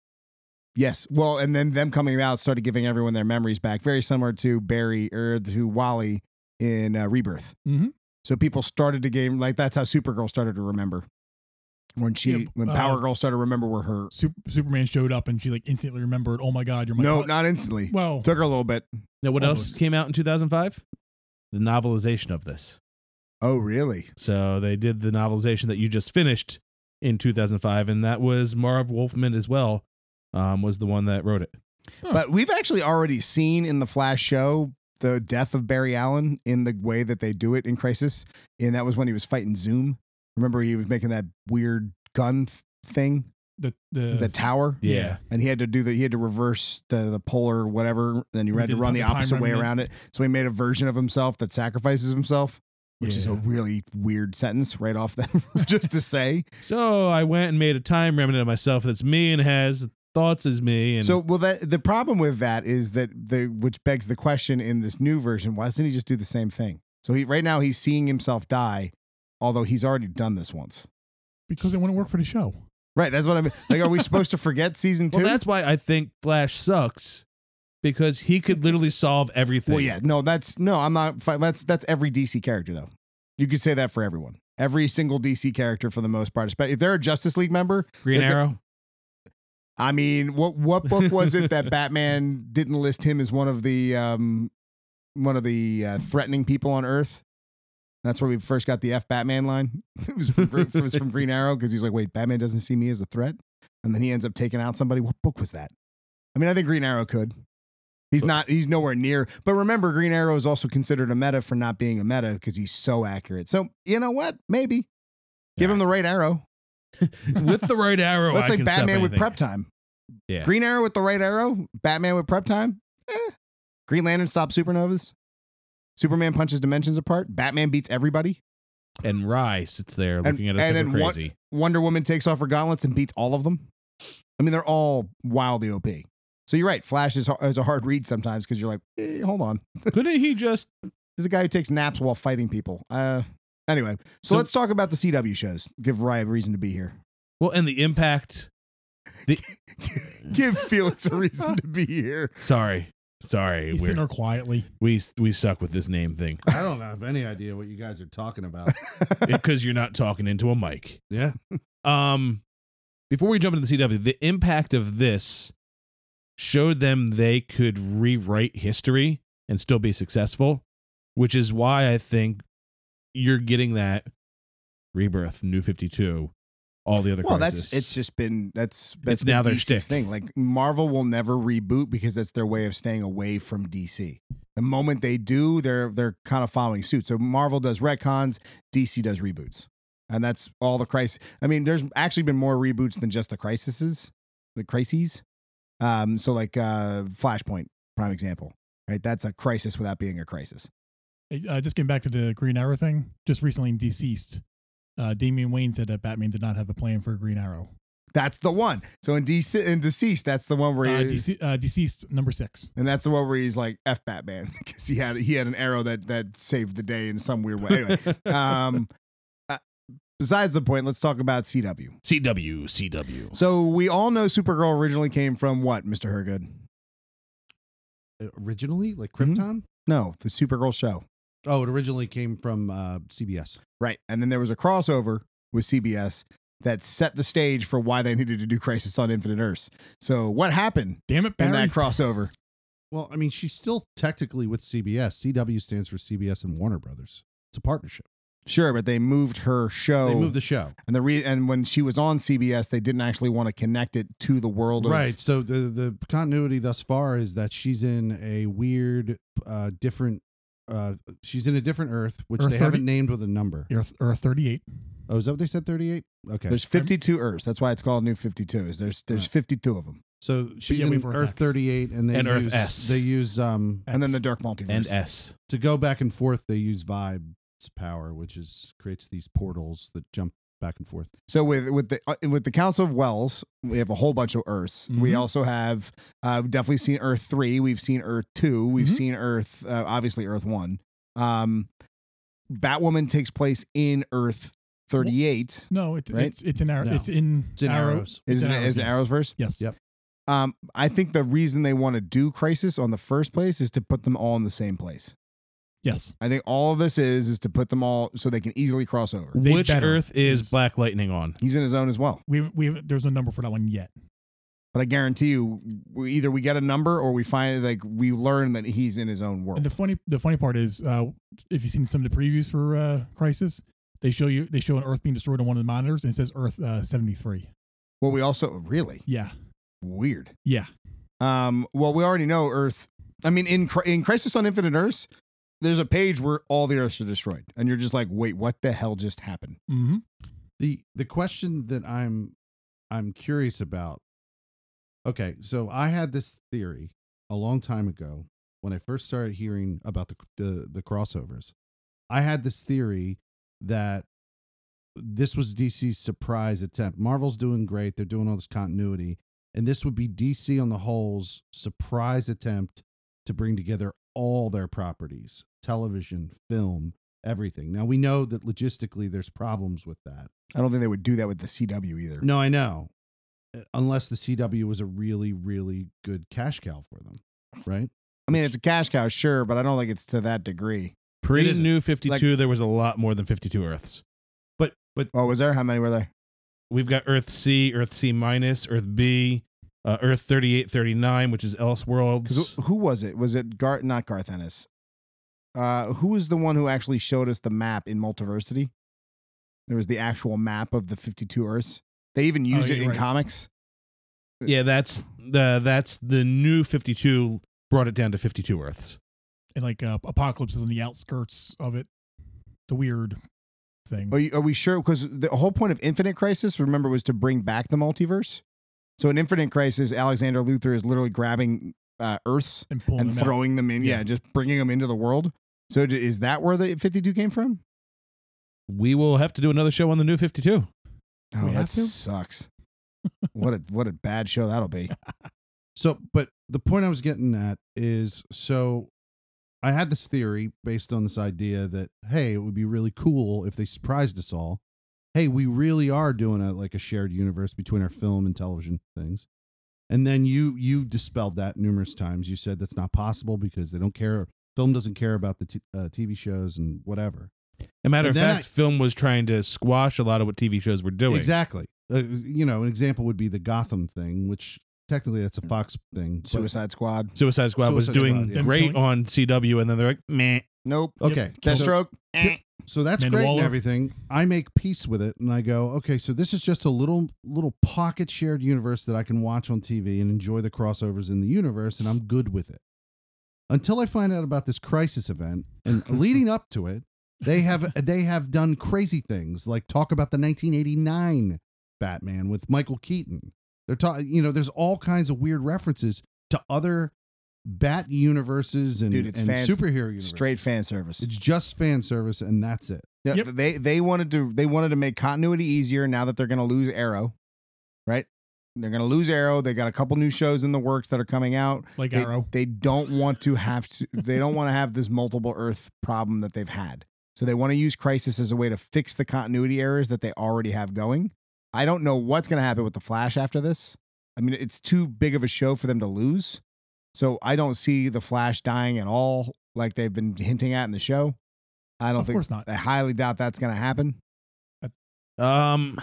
Speaker 4: Yes. Well, and then them coming out started giving everyone their memories back, very similar to Barry or to Wally in uh, Rebirth.
Speaker 5: Mm-hmm.
Speaker 6: Mhm.
Speaker 4: So people started to game like that's how Supergirl started to remember when she
Speaker 6: Yeah,
Speaker 4: when
Speaker 6: uh,
Speaker 4: Power Girl started to remember were her.
Speaker 6: Sup- Superman showed up and she like instantly remembered, oh my God, you're my
Speaker 4: no,
Speaker 6: co-"
Speaker 4: not instantly.
Speaker 6: Well,
Speaker 4: Took her a little bit.
Speaker 5: Now, what else
Speaker 6: Almost.
Speaker 5: came out in 2005? The novelization of this.
Speaker 4: Oh, really?
Speaker 5: So they did the novelization that you just finished in 2005, and that was Marv Wolfman as well. Um, was the one that wrote it.
Speaker 4: But we've actually already seen in the Flash show the death of Barry Allen in the way that they do it in Crisis, and that was when he was fighting Zoom. Remember, he was making that weird gun th- thing,
Speaker 6: the, the,
Speaker 4: the tower.
Speaker 5: Yeah.
Speaker 4: and he had to do the he had to reverse the the polar whatever and he
Speaker 6: We
Speaker 4: had to
Speaker 6: did
Speaker 4: run
Speaker 6: the
Speaker 4: the
Speaker 6: time
Speaker 4: opposite way
Speaker 6: remnant.
Speaker 4: around it so he made a version of himself that sacrifices himself which is a
Speaker 6: Yeah.
Speaker 4: really weird sentence right off that just to say
Speaker 5: So I went and made a time remnant of myself that's me and has thoughts as me. And
Speaker 4: so well that the problem with that is that the which begs the question in this new version why doesn't he just do the same thing so he right now he's seeing himself die although he's already done this once
Speaker 6: because they want to work for the show.
Speaker 4: right that's what i mean like are we supposed to forget season two
Speaker 5: well, that's why I think Flash sucks because he could literally solve everything.
Speaker 4: Well, yeah, no, that's no, I'm not. fi- That's that's every DC character though. You could say that for everyone. Every single DC character, for the most part, especially if they're a Justice League member.
Speaker 5: Green
Speaker 4: if they're-
Speaker 5: Arrow.
Speaker 4: I mean, what what book was it that Batman didn't list him as one of the um one of the uh, threatening people on Earth? That's where we first got the F Batman line. It was from, it was from Green Arrow because he's like, wait, Batman doesn't see me as a threat, and then he ends up taking out somebody. What book was that? I mean, I think Green Arrow could. He's not. He's nowhere near. But remember, Green Arrow is also considered a meta for not being a meta because he's so accurate. So you know what? Maybe give him the right arrow.
Speaker 5: with the right arrow,
Speaker 4: That's
Speaker 5: I
Speaker 4: like
Speaker 5: can stop
Speaker 4: Batman with
Speaker 5: anything.
Speaker 4: prep time.
Speaker 5: Yeah.
Speaker 4: Green Arrow with the right arrow, Batman with prep time. Eh. Green Lantern stops supernovas. Superman punches dimensions apart. Batman beats everybody.
Speaker 5: and Rye sits there looking at us
Speaker 4: and
Speaker 5: like
Speaker 4: then
Speaker 5: we're
Speaker 4: what-
Speaker 5: crazy.
Speaker 4: Wonder Woman takes off her gauntlets and beats all of them. I mean, they're all wildly OP. So you're right. Flash is, is a hard read sometimes because you're like, eh, hold on.
Speaker 5: Couldn't he just?
Speaker 4: There's a guy who takes naps while fighting people. Uh, anyway, so,
Speaker 5: So-
Speaker 4: let's talk about the CW shows. Give Ryan a reason to be here.
Speaker 5: Well, and the impact.
Speaker 4: Give Felix a reason to be here.
Speaker 5: Sorry, sorry,
Speaker 6: He's sitting
Speaker 5: we're,
Speaker 6: there quietly.
Speaker 5: we we suck with this name thing
Speaker 7: I don't have any idea what you guys are talking about.
Speaker 5: because you're not talking into a mic.
Speaker 7: Yeah.
Speaker 5: Um, before we jump into the CW, the impact of this showed them they could rewrite history and still be successful, which is why I think you're getting that rebirth, New Fifty Two, all the other.
Speaker 4: Well,
Speaker 5: crisis.
Speaker 4: that's it's just been that's that's
Speaker 5: It's now
Speaker 4: been
Speaker 5: their
Speaker 4: DC's
Speaker 5: shtick.
Speaker 4: thing. Like Marvel will never reboot because that's their way of staying away from DC. The moment they do, they're they're kind of following suit. So Marvel does retcons, DC does reboots, and that's all the crisis. I mean, there's actually been more reboots than just the crises, the crises. Um, so like uh, Flashpoint, prime example, right? That's a crisis without being a crisis.
Speaker 6: Hey, Uh, just getting back to the Green Arrow thing, just recently deceased. Uh, Damian Wayne said that Batman did not have a plan for Green Arrow. Uh,
Speaker 4: That's the one. So in DC, in deceased, that's the one where
Speaker 6: Uh,
Speaker 4: you-
Speaker 6: dece- uh, deceased number six.
Speaker 4: And that's the one where he's like "f Batman" because he had he had an arrow that that saved the day in some weird way. Anyway, um, uh, besides the point, let's talk about CW.
Speaker 5: CW CW.
Speaker 4: So we all know Supergirl originally came from what, Mister Hergood?
Speaker 7: Originally, like
Speaker 4: Mhm.
Speaker 7: Krypton?
Speaker 4: No, the Supergirl show,
Speaker 7: Oh, it originally came from uh, CBS.
Speaker 4: right? And then there was a crossover with CBS that set the stage for why they needed to do Crisis on Infinite Earths. So what happened
Speaker 6: Damn it,
Speaker 4: in
Speaker 6: Barry.
Speaker 4: that crossover?
Speaker 7: Well, I mean, she's still technically with CBS. CW stands for CBS and Warner Brothers. It's a partnership.
Speaker 4: Sure, but they moved her show.
Speaker 7: They moved the show.
Speaker 4: and the re- and when she was on CBS, they didn't actually want to connect it to the world. Of,
Speaker 7: Right. So the the continuity thus far is that she's in a weird, uh, different. Uh, she's in a different Earth, which
Speaker 6: Earth
Speaker 7: they
Speaker 6: 30
Speaker 7: haven't named with a number.
Speaker 6: Earth, Earth 38.
Speaker 7: Oh, is that what they said? Thirty-eight. Okay.
Speaker 4: There's 52 Earths. That's why it's called New 52. Is there's there's
Speaker 7: Right.
Speaker 4: 52 of them,
Speaker 7: so she's
Speaker 6: yeah, we
Speaker 7: in
Speaker 6: have Earth
Speaker 7: Earth
Speaker 6: X.
Speaker 7: thirty-eight, and they
Speaker 5: And Earth
Speaker 7: use,
Speaker 5: S.
Speaker 7: They use um
Speaker 4: and then
Speaker 6: X.
Speaker 4: the Dark Multiverse.
Speaker 5: and S.
Speaker 7: to go back and forth. They use vibes power, which is creates these portals that jump back and forth.
Speaker 4: So with with the uh, with the Council of Wells, we have a whole bunch of Earths. We
Speaker 6: Mhm.
Speaker 4: also have uh, we've definitely seen Earth three. We've seen Earth two. We've
Speaker 6: Mhm.
Speaker 4: seen Earth uh, obviously Earth one. Um, Batwoman takes place in Earth thirty eight.
Speaker 6: No, it,
Speaker 4: Right?
Speaker 6: it's it's in arrow.
Speaker 7: No.
Speaker 6: It's in
Speaker 7: It's in arrows.
Speaker 4: Is it
Speaker 6: in
Speaker 4: is it
Speaker 6: yes.
Speaker 4: Arrowsverse?
Speaker 6: Yes.
Speaker 7: Yep.
Speaker 4: Um, I think the reason they want to do Crisis on the first place is to put them all in the same place.
Speaker 6: Yes.
Speaker 4: I think all of this is is to put them all so they can easily cross over.
Speaker 6: They
Speaker 5: Which
Speaker 6: better
Speaker 5: Earth is
Speaker 6: is-
Speaker 5: Black Lightning on?
Speaker 4: He's in his own as well.
Speaker 6: We haven't- we haven't- there's no number for that one yet.
Speaker 4: But I guarantee you, we, either we get a number or we find like we learn that he's in his own world.
Speaker 6: And the funny the funny part is, uh, if you've seen some of the previews for uh, Crisis, they show you they show an Earth being destroyed on one of the monitors, and it says Earth uh, seventy three.
Speaker 4: well, we also really
Speaker 6: Yeah.
Speaker 4: weird.
Speaker 6: Yeah.
Speaker 4: Um, well, we already know Earth. I mean, in Cri- in Crisis on Infinite Earths, there's a page where all the Earths are destroyed, and you're just like, wait, what the hell just happened?
Speaker 6: Mm-hmm.
Speaker 7: the the question that i'm i'm curious about okay so i had this theory a long time ago when i first started hearing about the the, the crossovers i had this theory that this was dc's surprise attempt marvel's doing great they're doing all this continuity and this would be dc on the whole's surprise attempt to bring together all their properties television film everything now we know that logistically there's problems with that
Speaker 4: I don't think they would do that with the CW either.
Speaker 7: no, I know. Uh, Unless the CW was a really, really good cash cow for them, right?
Speaker 4: I mean, it's a cash cow, sure, but I don't think it's to that degree.
Speaker 7: It
Speaker 5: Pre
Speaker 7: isn't.
Speaker 5: New Fifty Two, there was a lot more than Fifty Two Earths.
Speaker 7: But but
Speaker 4: Oh, was there? How many were there?
Speaker 5: We've got Earth C, Earth C minus, Earth B, uh, Earth thirty eight thirty nine, which is Elseworlds.
Speaker 4: 'Cause who was it? Was it Gar? Not Garth Ennis. Uh, who was the one who actually showed us the map in Multiversity? There was the actual map of the 52 Earths. They even used it
Speaker 6: Oh, you're
Speaker 4: in
Speaker 6: right.
Speaker 4: comics.
Speaker 5: Yeah, that's the that's the new Fifty Two brought it down to Fifty Two Earths.
Speaker 6: And like uh, Apocalypse is on the outskirts of it. The weird thing.
Speaker 4: Are, you, are we sure? Because the whole point of Infinite Crisis, remember, was to bring back the multiverse. So in Infinite Crisis, Alexander Luthor is literally grabbing uh, Earths
Speaker 6: and pulling
Speaker 4: and
Speaker 6: them out.
Speaker 4: throwing them in. Yeah.
Speaker 6: Yeah.
Speaker 4: just bringing them into the world. So d- is that where the 52 came from?
Speaker 5: We will have to do another show on the new Fifty Two.
Speaker 4: Oh,
Speaker 6: We
Speaker 4: that
Speaker 6: have to?
Speaker 4: sucks. what a what a bad show that'll be.
Speaker 7: so but the point I was getting at is so I had this theory based on this idea that hey, it would be really cool if they surprised us all. Hey, we really are doing a like a shared universe between our film and television things. And then you you dispelled that numerous times. You said that's not possible because they don't care. Film doesn't care about the t- uh, TV shows and whatever.
Speaker 5: A matter
Speaker 7: And
Speaker 5: of
Speaker 7: then
Speaker 5: fact,
Speaker 7: I-
Speaker 5: film was trying to squash a lot of what TV shows were doing.
Speaker 7: Exactly. Uh, you know, an example would be the Gotham thing, which technically that's a Fox thing. but-
Speaker 4: Suicide Squad.
Speaker 5: Suicide Squad was
Speaker 7: Suicide
Speaker 5: doing
Speaker 7: Squad, yeah.
Speaker 5: great
Speaker 6: Them killing-
Speaker 5: on CW, and then they're like, meh. eh."
Speaker 4: Nope.
Speaker 6: Yep.
Speaker 7: Okay.
Speaker 6: Killed
Speaker 7: so,
Speaker 6: it.
Speaker 4: Deathstroke.
Speaker 7: so that's
Speaker 6: Amanda
Speaker 7: great
Speaker 6: Waller.
Speaker 7: and everything. I make peace with it, and I go, okay. So this is just a little little pocket shared universe that I can watch on TV and enjoy the crossovers in the universe, and I'm good with it. Until I find out about this crisis event, and leading up to it, they have they have done crazy things like talk about the 1989 Batman with Michael Keaton. They're talking, you know, there's all kinds of weird references to other Bat universes and,
Speaker 4: Dude, it's
Speaker 7: and
Speaker 4: fans-
Speaker 7: superhero universes.
Speaker 4: Straight fan service.
Speaker 7: It's just fan service, and that's it.
Speaker 4: Yeah,
Speaker 6: Yep.
Speaker 4: They they wanted to they wanted to make continuity easier now that they're going to lose Arrow, right? They're going to lose Arrow. They got a couple new shows in the works that are coming out.
Speaker 6: like
Speaker 4: They,
Speaker 6: Arrow.
Speaker 4: they don't want to have to they don't want to have this multiple Earth problem that they've had. So they want to use Crisis as a way to fix the continuity errors that they already have going. I don't know what's going to happen with the Flash after this. I mean, it's too big of a show for them to lose. So I don't see the Flash dying at all, like they've been hinting at in the show. I don't
Speaker 6: Of
Speaker 4: think
Speaker 6: course not.
Speaker 4: I highly doubt that's going to happen.
Speaker 5: Um,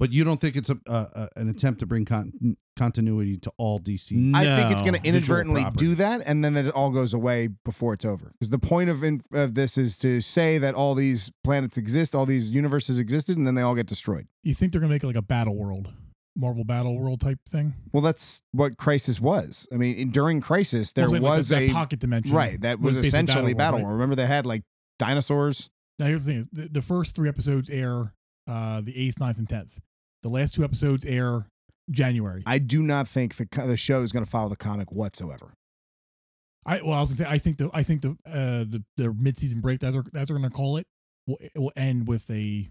Speaker 7: But you don't think it's a, a, a an attempt to bring con- continuity to all DC?
Speaker 4: I think it's
Speaker 5: no.
Speaker 4: going to
Speaker 7: visual
Speaker 4: inadvertently
Speaker 7: property.
Speaker 4: do that, and then it all goes away before it's over. Because the point of, in, of this is to say that all these planets exist, all these universes existed, and then they all get destroyed.
Speaker 6: you think they're gonna make it like a battle world, Marvel battle world type thing?
Speaker 4: Well, that's what Crisis was. I mean, in- during Crisis, there
Speaker 6: Well, like, like
Speaker 4: was
Speaker 6: that,
Speaker 4: a
Speaker 6: that pocket dimension,
Speaker 4: right that was,
Speaker 6: basically
Speaker 4: essentially battle.
Speaker 6: right?
Speaker 4: War. Remember, they had like dinosaurs.
Speaker 6: Now here's the thing: is the, the first three episodes air uh, the eighth, 9th, and tenth. The last two episodes air January.
Speaker 4: I do not think the co- the show is going to follow the comic whatsoever.
Speaker 6: I well, I was gonna say I think the I think the uh, the the mid season break that's what- that's what we're gonna call it will it will end with a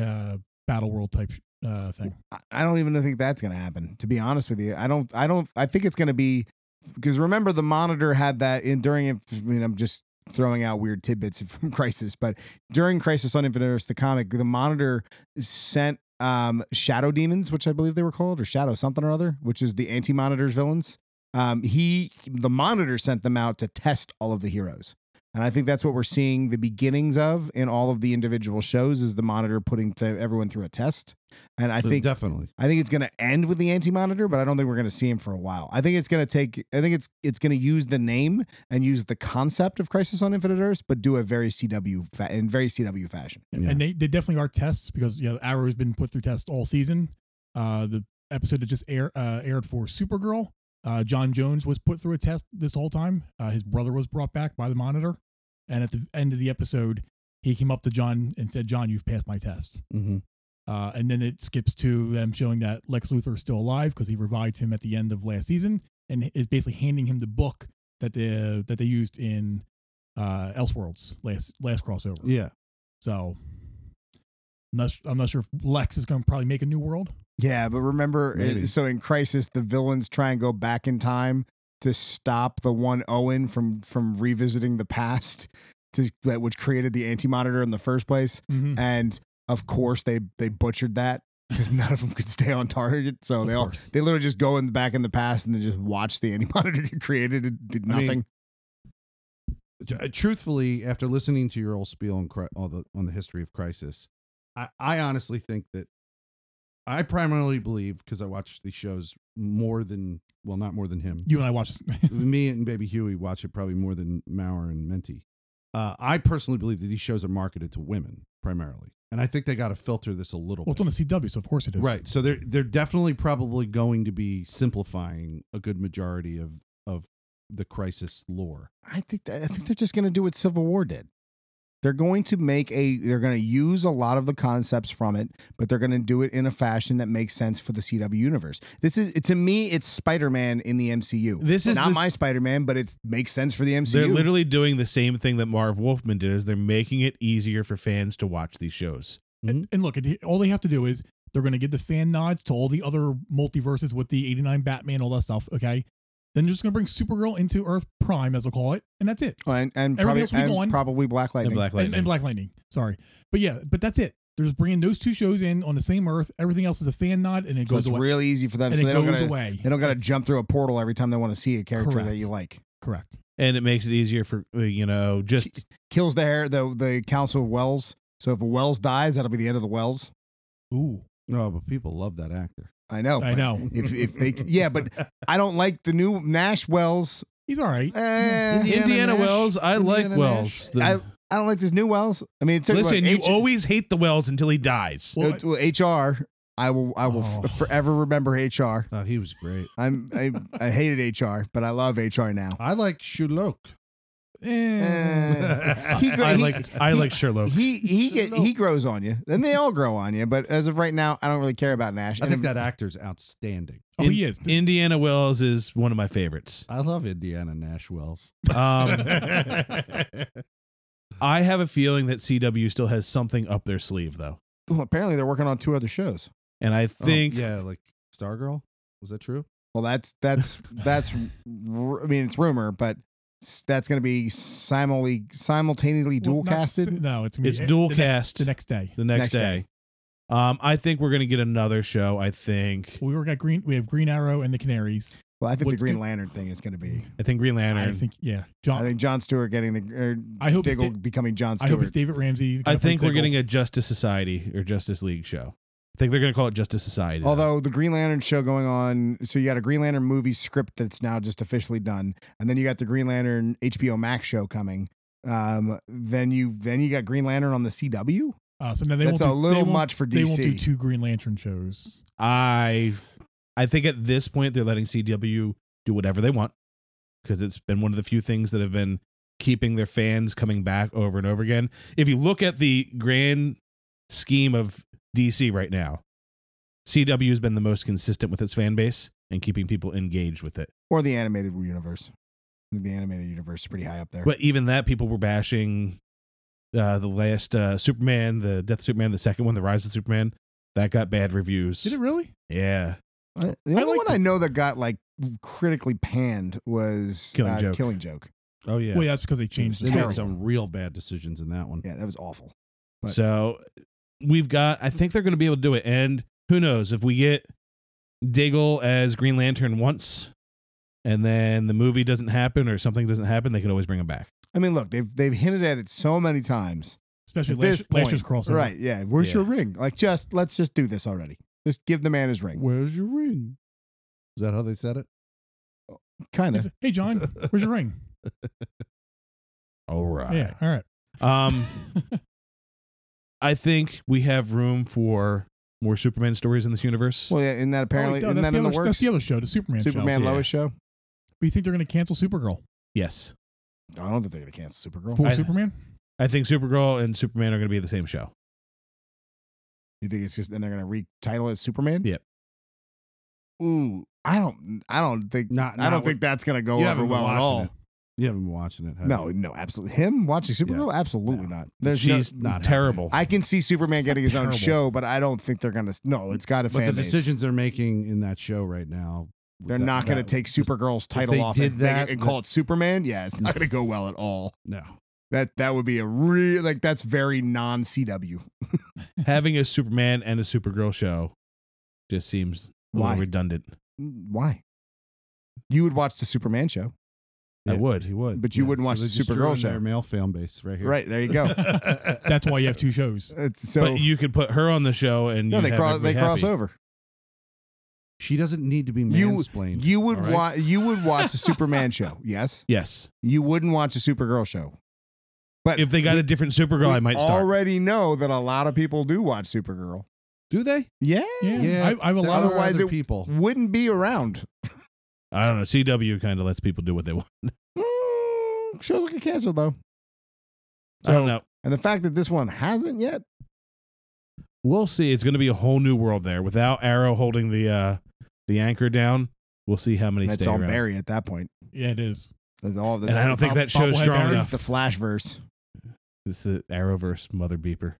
Speaker 6: uh, battle world type sh- uh, thing.
Speaker 4: I- I don't even think that's going to happen. To be honest with you, I don't. I don't. I think it's going to be because remember the monitor had that in during. Inf- I mean, I'm just throwing out weird tidbits from Crisis, but during Crisis on Infinite Earths, the comic, the monitor sent um shadow demons which i believe they were called or shadow something or other which is the anti-monitor's villains um he the monitor sent them out to test all of the heroes and i think that's what we're seeing the beginnings of in all of the individual shows is the monitor putting th- everyone through a test and i
Speaker 7: So
Speaker 4: think
Speaker 7: definitely.
Speaker 4: I think it's going to end with the anti monitor, but I don't think we're going to see him for a while. I think it's going to take. I think it's it's going to use the name and use the concept of Crisis on Infinite Earths, but do a very CW fa- in very CW fashion.
Speaker 7: Yeah.
Speaker 6: And they, they definitely are tests because you know Arrow has been put through tests all season. Uh, the episode that just air, uh, aired for Supergirl, uh, John Jones was put through a test this whole time. Uh, his brother was brought back by the monitor, and at the end of the episode, he came up to John and said, "John, you've passed my test."
Speaker 7: Mm-hmm.
Speaker 6: Uh, and then it skips to them showing that Lex Luthor is still alive because he revived him at the end of last season and is basically handing him the book that the that they used in uh, Elseworlds last last crossover.
Speaker 7: Yeah.
Speaker 6: So I'm not, su- I'm not sure if Lex is going to probably make a new world.
Speaker 4: Yeah, but remember, it-
Speaker 7: Maybe.
Speaker 4: so in Crisis, the villains try and go back in time to stop the one Owen from from revisiting the past to that which created the anti monitor in the first place, and of course they they butchered that. Because none of them could stay on target, so
Speaker 6: Of
Speaker 4: they all
Speaker 6: course.
Speaker 4: They literally just go in the back in the past and then just watch the anti monitor get created and did
Speaker 7: I mean,
Speaker 4: nothing.
Speaker 7: Tr- uh, Truthfully, after listening to your old spiel on, cri- all the, on the history of Crisis, I, I honestly think that I primarily believe because I watch these shows more than, well, not more than him.
Speaker 6: You and I watched.
Speaker 7: me and Baby Huey watch it probably more than Maurer and Menti. Uh, I personally believe that these shows are marketed to women primarily, and I think they got to filter this a little.
Speaker 6: well, it's
Speaker 7: bit.
Speaker 6: on the CW, so of course it is.
Speaker 7: Right. So they're they're definitely probably going to be simplifying a good majority of of the crisis lore.
Speaker 4: I think that, I think they're just going to do what Civil War did. They're going to make a they're going to use a lot of the concepts from it, but they're going to do it in a fashion that makes sense for the CW universe. This is to me it's Spider-Man in the MCU.
Speaker 5: This is
Speaker 4: not
Speaker 5: the
Speaker 4: my
Speaker 5: s-
Speaker 4: Spider-Man, but it makes sense for the MCU.
Speaker 5: They're literally doing the same thing that Marv Wolfman did is they're making it easier for fans to watch these shows.
Speaker 6: And, and look, it- all they have to do is they're going to give the fan nods to all the other multiverses with the 89 Batman, all that stuff. Okay. Then they're just going to bring Supergirl into Earth Prime, as we'll call it. And that's it.
Speaker 4: and and
Speaker 6: Everything
Speaker 4: probably,
Speaker 6: else will be
Speaker 4: and
Speaker 6: gone.
Speaker 4: probably Black
Speaker 5: And
Speaker 4: Lightning.
Speaker 5: Black
Speaker 6: And,
Speaker 5: Lightning.
Speaker 6: and Black Lightning. Sorry. But yeah, but that's it. They're just bringing those two shows in on the same Earth. Everything else is a fan nod and it
Speaker 4: so
Speaker 6: goes
Speaker 4: it's
Speaker 6: away.
Speaker 4: really easy for them.
Speaker 6: and
Speaker 4: so
Speaker 6: it
Speaker 4: they
Speaker 6: goes
Speaker 4: don't gotta,
Speaker 6: away.
Speaker 4: They don't got to
Speaker 6: It's-
Speaker 4: jump through a portal every time they want to see a character that
Speaker 6: Correct.
Speaker 4: you like.
Speaker 6: Correct.
Speaker 5: and it makes it easier for uh, you know just
Speaker 4: Kills the hair the the Council of Wells. So if Wells dies, that'll be the end of the Wells.
Speaker 6: Ooh.
Speaker 7: No, Oh, but people love that actor.
Speaker 4: I know.
Speaker 6: I
Speaker 4: but
Speaker 6: know.
Speaker 4: If if they yeah, but I don't like the new Nash Wells.
Speaker 6: He's all right.
Speaker 4: Eh,
Speaker 7: Indiana
Speaker 5: Indiana
Speaker 7: Nash.
Speaker 5: Wells. I
Speaker 7: Indiana
Speaker 5: like Wells.
Speaker 7: Nash.
Speaker 5: The-
Speaker 4: I, I don't like this new Wells. I mean, it took
Speaker 5: listen,
Speaker 4: what,
Speaker 5: you
Speaker 4: H-
Speaker 5: always hate the Wells until he dies.
Speaker 6: Well,
Speaker 4: uh, well, HR. I will I will
Speaker 6: Oh.
Speaker 4: f- forever remember HR.
Speaker 7: Oh, he was great.
Speaker 4: I'm I, I hated HR, but I love HR now.
Speaker 7: I like Shulok.
Speaker 6: eh.
Speaker 4: Eh, he, gr-
Speaker 5: I
Speaker 4: he-
Speaker 5: like I like Sherlock.
Speaker 4: He he get, he grows on you, and they all grow on you. But as of right now, I don't really care about Nash.
Speaker 7: I
Speaker 4: And
Speaker 7: think that actor's outstanding.
Speaker 6: Oh, he is.
Speaker 5: Indiana Wells is one of my favorites.
Speaker 7: I love Indiana Nash Wells.
Speaker 5: Um, I have a feeling that CW still has something up their sleeve though,
Speaker 4: well, apparently they're working on two other shows.
Speaker 5: and I
Speaker 7: Oh,
Speaker 5: think
Speaker 7: yeah, like Stargirl. Was that true?
Speaker 4: Well, that's that's that's. r- I mean, it's rumor, but s- that's going to be simultaneously simultaneously dual
Speaker 6: Well, not s-
Speaker 4: casted.
Speaker 6: No, it's gonna be
Speaker 5: It's
Speaker 6: the
Speaker 5: dual
Speaker 6: next-
Speaker 5: cast.
Speaker 6: the next day.
Speaker 5: the next,
Speaker 4: Next
Speaker 5: day. Um, I think we're gonna get another show. I think
Speaker 6: We were got green. We have Green Arrow and the Canaries.
Speaker 4: Well, I think
Speaker 6: What's
Speaker 4: the Green
Speaker 6: go-
Speaker 4: Lantern thing is going to be.
Speaker 5: I think Green Lantern.
Speaker 6: I think yeah. John.
Speaker 4: I
Speaker 6: I,
Speaker 4: think John Stewart getting the. Or
Speaker 6: I hope it's
Speaker 4: Diggle
Speaker 6: Da-
Speaker 4: becoming John Stewart.
Speaker 6: hope it's David Ramsey.
Speaker 5: I think we're getting a Justice Society or Justice League show. I think they're going to call it Justice Society. now.
Speaker 4: Although the Green Lantern show going on, so you got a Green Lantern movie script that's now just officially done, and then you got the Green Lantern HBO Max show coming. Um, then you then you got Green Lantern on the CW.
Speaker 6: Uh, so now they
Speaker 4: that's
Speaker 6: won't
Speaker 4: a
Speaker 6: do-
Speaker 4: little
Speaker 6: they won't-
Speaker 4: much for
Speaker 6: They won't do
Speaker 4: DC.
Speaker 6: two Green Lantern shows.
Speaker 5: I, I think at this point they're letting CW do whatever they want because it's been one of the few things that have been keeping their fans coming back over and over again. If you look at the grand scheme of DC right now, CW has been the most consistent with its fan base and keeping people engaged with it.
Speaker 4: or the animated universe. I think The animated universe is pretty high up there.
Speaker 5: But even that, people were bashing uh, the last uh, Superman, the Death of Superman, the second one, the Rise of Superman. That got bad reviews.
Speaker 6: Did it really?
Speaker 5: yeah.
Speaker 4: I- Uh, The only
Speaker 6: like
Speaker 4: one
Speaker 6: the-
Speaker 4: I know that got like critically panned was
Speaker 5: Killing
Speaker 4: uh,
Speaker 5: Joke.
Speaker 4: Killing Joke.
Speaker 7: Oh yeah.
Speaker 6: Well, yeah, that's because they changed the
Speaker 7: They made
Speaker 6: story.
Speaker 7: some real bad decisions in that one.
Speaker 4: Yeah, that was awful. But-
Speaker 5: So we've got. I think they're going to be able to do it. And who knows if we get Diggle as Green Lantern once, and then the movie doesn't happen or something doesn't happen, they could always bring him back.
Speaker 4: I mean, look, they've they've hinted at it so many times.
Speaker 6: Especially
Speaker 4: At this
Speaker 6: last, last year's
Speaker 4: point,
Speaker 6: crossover.
Speaker 4: right? Yeah, where's
Speaker 5: Yeah.
Speaker 4: your ring? Like, just let's just do this already. Just give the man his ring.
Speaker 7: Where's your ring? Is that how they said it?
Speaker 4: Kind
Speaker 6: He
Speaker 4: of.
Speaker 6: said, hey, John, where's your ring?
Speaker 5: All right.
Speaker 6: Yeah, all right. Oh,
Speaker 5: Um, I think we have room for more Superman stories in this universe.
Speaker 4: Well, yeah, isn't that apparently
Speaker 6: Oh, wait, no,
Speaker 4: isn't that
Speaker 6: that's, the
Speaker 4: in the
Speaker 6: other,
Speaker 4: works?
Speaker 6: that's the other show, the Superman,
Speaker 4: Superman
Speaker 6: show.
Speaker 5: yeah.
Speaker 4: Lois show.
Speaker 6: But you think they're going to cancel Supergirl
Speaker 5: yes,
Speaker 4: I don't think they're gonna cancel Supergirl.
Speaker 6: for
Speaker 5: I-
Speaker 6: Superman?
Speaker 5: I think Supergirl and Superman are going to be the same show.
Speaker 4: You think it's just and they're gonna retitle it as Superman?
Speaker 5: Yep.
Speaker 4: Ooh, I don't, I don't think,
Speaker 7: Not-
Speaker 4: I
Speaker 7: not
Speaker 4: don't
Speaker 7: with-
Speaker 4: think that's gonna go
Speaker 7: you
Speaker 4: over
Speaker 7: haven't been
Speaker 4: well at
Speaker 7: watching
Speaker 4: all.
Speaker 7: it. You haven't been watching it. have
Speaker 4: No,
Speaker 7: you?
Speaker 4: no, absolutely. Him watching Supergirl, absolutely
Speaker 7: No.
Speaker 4: not. There's no-
Speaker 5: She's
Speaker 7: not
Speaker 5: terrible.
Speaker 4: I can see Superman getting his own
Speaker 6: terrible.
Speaker 4: show, but I don't think they're gonna. No, it's got a
Speaker 7: But
Speaker 4: fan
Speaker 7: the
Speaker 4: base.
Speaker 7: decisions they're making in that show right now.
Speaker 4: They're
Speaker 7: that-
Speaker 4: not going
Speaker 7: that-
Speaker 4: to take Supergirl's title
Speaker 7: they
Speaker 4: off and,
Speaker 7: did
Speaker 4: make it-
Speaker 7: that,
Speaker 4: and
Speaker 7: that-
Speaker 4: call it Superman. Yeah, it's not going to go well at all.
Speaker 7: No.
Speaker 4: That that would be a real like that's very non CW.
Speaker 5: Having a Superman and a Supergirl show just seems a little
Speaker 4: Why?
Speaker 5: redundant.
Speaker 4: Why? You would watch the Superman show,
Speaker 5: I would.
Speaker 7: He would.
Speaker 4: But you wouldn't watch
Speaker 7: so
Speaker 4: the
Speaker 7: they're
Speaker 4: Supergirl
Speaker 7: destroying
Speaker 4: show.
Speaker 7: Their male fan base right here.
Speaker 4: right? There you go.
Speaker 6: That's why you have two shows.
Speaker 4: It's- so
Speaker 5: but you could put her on the show and
Speaker 4: no,
Speaker 5: you
Speaker 4: they
Speaker 5: have
Speaker 4: cross they
Speaker 5: everybody
Speaker 4: cross
Speaker 5: happy.
Speaker 4: over.
Speaker 7: She doesn't need to be
Speaker 4: You-
Speaker 7: mansplained.
Speaker 4: You would
Speaker 7: all right?
Speaker 4: watch you would watch the Superman show, yes.
Speaker 5: Yes,
Speaker 4: You wouldn't watch a Supergirl show. But
Speaker 5: if they got
Speaker 4: we-
Speaker 5: a different Supergirl,
Speaker 4: we
Speaker 5: I might start.
Speaker 4: already know that a lot of people do watch Supergirl.
Speaker 5: Do they?
Speaker 4: Yeah,
Speaker 6: Yeah.
Speaker 7: Yeah.
Speaker 6: I, I have a
Speaker 7: There
Speaker 6: lot
Speaker 7: are
Speaker 6: of.
Speaker 4: otherwise
Speaker 7: other
Speaker 4: it-
Speaker 7: people.
Speaker 4: wouldn't be around.
Speaker 5: I don't know. CW kind of lets people do what they want.
Speaker 4: Mm, shows get canceled though,
Speaker 5: I don't know.
Speaker 4: and the fact that this one hasn't yet.
Speaker 5: We'll see. It's going to be a whole new world there without Arrow holding the uh the anchor down. We'll see how many
Speaker 4: That's
Speaker 5: stay
Speaker 4: all
Speaker 5: around.
Speaker 4: Barry at that point.
Speaker 6: Yeah, it is.
Speaker 4: That's all.
Speaker 5: and I don't think
Speaker 6: Bob-
Speaker 5: that show's
Speaker 6: bobblehead
Speaker 5: strong
Speaker 6: Barry?
Speaker 5: enough.
Speaker 4: the Flashverse.
Speaker 5: This is Arrowverse Mother Beeper.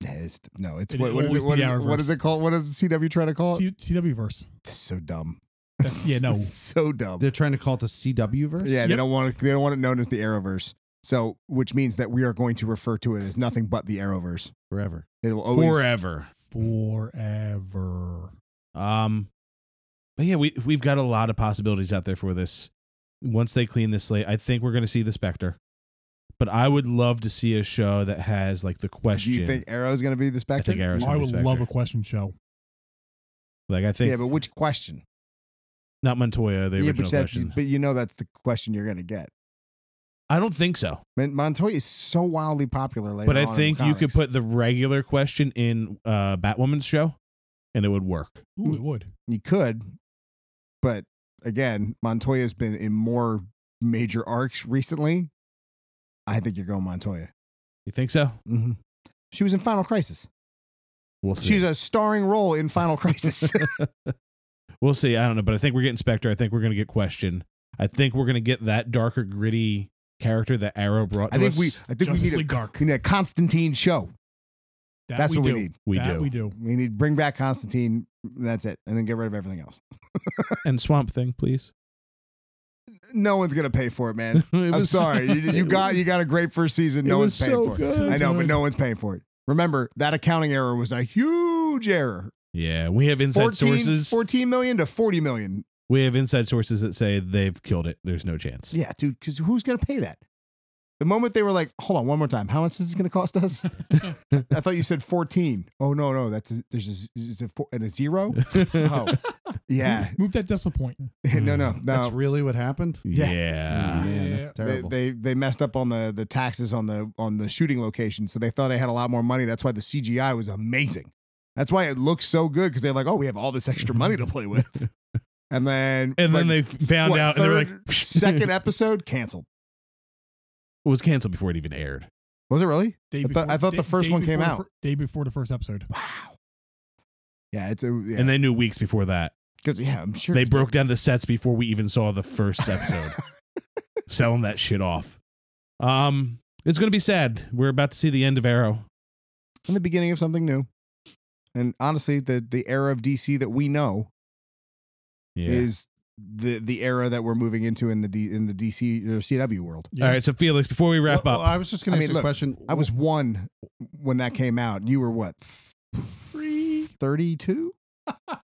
Speaker 4: Yeah, it's- no, it's
Speaker 6: It'd
Speaker 4: what, what, is
Speaker 6: always
Speaker 4: it, what,
Speaker 6: be
Speaker 4: is, it- what is
Speaker 6: Arrowverse.
Speaker 4: it called? What does CW trying to call it?
Speaker 6: C- CW verse.
Speaker 4: It's so dumb.
Speaker 6: That's- yeah, no.
Speaker 4: so dumb.
Speaker 7: They're trying to call it the CW verse.
Speaker 4: yeah, they
Speaker 6: Yep.
Speaker 4: don't want it, they don't want it known as the Arrowverse. So, which means that we are going to refer to it as nothing but the Arrowverse.
Speaker 7: Forever.
Speaker 4: It will always
Speaker 5: Forever.
Speaker 6: Forever.
Speaker 5: Um, but yeah, we we've got a lot of possibilities out there for this. Once they clean this slate, I think we're going to see the Spectre. But I would love to see a show that has like the
Speaker 4: Do
Speaker 5: question.
Speaker 4: you think Arrow's going to be the Spectre?
Speaker 5: think Arrow's- There's
Speaker 6: I
Speaker 5: no
Speaker 6: would
Speaker 5: respect
Speaker 6: love
Speaker 5: there.
Speaker 6: a question show.
Speaker 5: like I think
Speaker 4: Yeah, but which question?
Speaker 5: not Montoya, the
Speaker 4: yeah,
Speaker 5: original
Speaker 4: but, that's-
Speaker 5: question.
Speaker 4: but you know that's the question you're going to get.
Speaker 5: I don't think so.
Speaker 4: Man, Montoya is so wildly popular later
Speaker 5: But I
Speaker 4: on in
Speaker 5: think you could
Speaker 4: comics.
Speaker 5: put the regular question in uh, Batwoman's show, and it would work.
Speaker 6: Ooh, it would.
Speaker 4: you could, but again, Montoya's been in more major arcs recently. I think you're going Montoya.
Speaker 5: You think so?
Speaker 4: Mm-hmm. She was in Final Crisis.
Speaker 5: We'll see.
Speaker 4: She's a starring role in Final Crisis.
Speaker 5: We'll see. I don't know, but I think we're getting Spectre. I think we're going to get Question. I think we're going to get that darker, gritty character that Arrow brought. To
Speaker 4: I think
Speaker 5: us.
Speaker 4: we I think we
Speaker 6: Justice
Speaker 4: need a,
Speaker 6: League Dark.
Speaker 4: we need a Constantine show.
Speaker 6: That
Speaker 4: That's what we
Speaker 6: do.
Speaker 4: need.
Speaker 5: We
Speaker 6: that
Speaker 5: do.
Speaker 6: we do.
Speaker 4: We need bring back Constantine. That's it, and then get rid of everything else.
Speaker 5: and Swamp Thing, please.
Speaker 4: No one's gonna pay for it, man.
Speaker 5: It
Speaker 4: I'm
Speaker 5: was-
Speaker 4: sorry. You, you
Speaker 5: it
Speaker 4: got
Speaker 5: was-
Speaker 4: you got a great first season.
Speaker 5: it
Speaker 4: No
Speaker 5: was
Speaker 4: one's paying
Speaker 5: so
Speaker 4: for it.
Speaker 5: good.
Speaker 4: I know, but
Speaker 6: good.
Speaker 4: no one's paying for it. Remember that accounting error was a huge error.
Speaker 5: Yeah, we have inside
Speaker 4: 14,
Speaker 5: sources.
Speaker 4: 14 million to 40 million.
Speaker 5: We have inside sources that say they've killed it. There's no chance.
Speaker 4: Yeah, dude, because who's going to pay that? The moment they were like, hold on, one more time. How much is this going to cost us? I thought you said 14. Oh, no, no. That's a, there's a, z- is a, four, and a zero. Oh, yeah.
Speaker 6: Move that decimal point.
Speaker 4: no, no,
Speaker 7: Mm, That's
Speaker 4: no.
Speaker 7: really what happened.
Speaker 5: Yeah.
Speaker 4: Yeah.
Speaker 5: Ah,
Speaker 7: Oh, man,
Speaker 6: Yeah.
Speaker 7: that's
Speaker 6: They-
Speaker 4: They,
Speaker 7: terrible.
Speaker 4: they they messed up on the the taxes on the on the shooting location, so they thought they had a lot more money. That's why the CGI was amazing. That's why it looks so good because they're like, oh, we have all this extra money to play with, and then
Speaker 5: And then
Speaker 4: like,
Speaker 5: they found
Speaker 4: what,
Speaker 5: out, and they were like,
Speaker 4: third, second episode canceled.
Speaker 5: it was canceled before it even aired.
Speaker 4: Was it really?
Speaker 6: Day
Speaker 4: I thought- I thought the first one came
Speaker 6: before the
Speaker 4: out.
Speaker 6: fir- day before the first episode.
Speaker 4: Yeah, it's a yeah.
Speaker 5: And they knew weeks before that.
Speaker 4: because yeah, I'm sure
Speaker 5: They broke down the sets before we even saw the first episode, selling that shit off. Um, it's gonna be sad. We're about to see the end of Arrow.
Speaker 4: in the beginning of something new. And honestly, the the era of DC that we know
Speaker 5: Yeah.
Speaker 4: is the the era that we're moving into in the D, in the DC or CW world.
Speaker 5: All right. So Felix, before we wrap
Speaker 7: Well,
Speaker 5: up,
Speaker 7: well, I was just going
Speaker 4: I
Speaker 7: to
Speaker 4: mean,
Speaker 7: ask you a
Speaker 4: look,
Speaker 7: question.
Speaker 4: I was one when that came out. You were what?
Speaker 6: Free.
Speaker 4: 32?
Speaker 6: How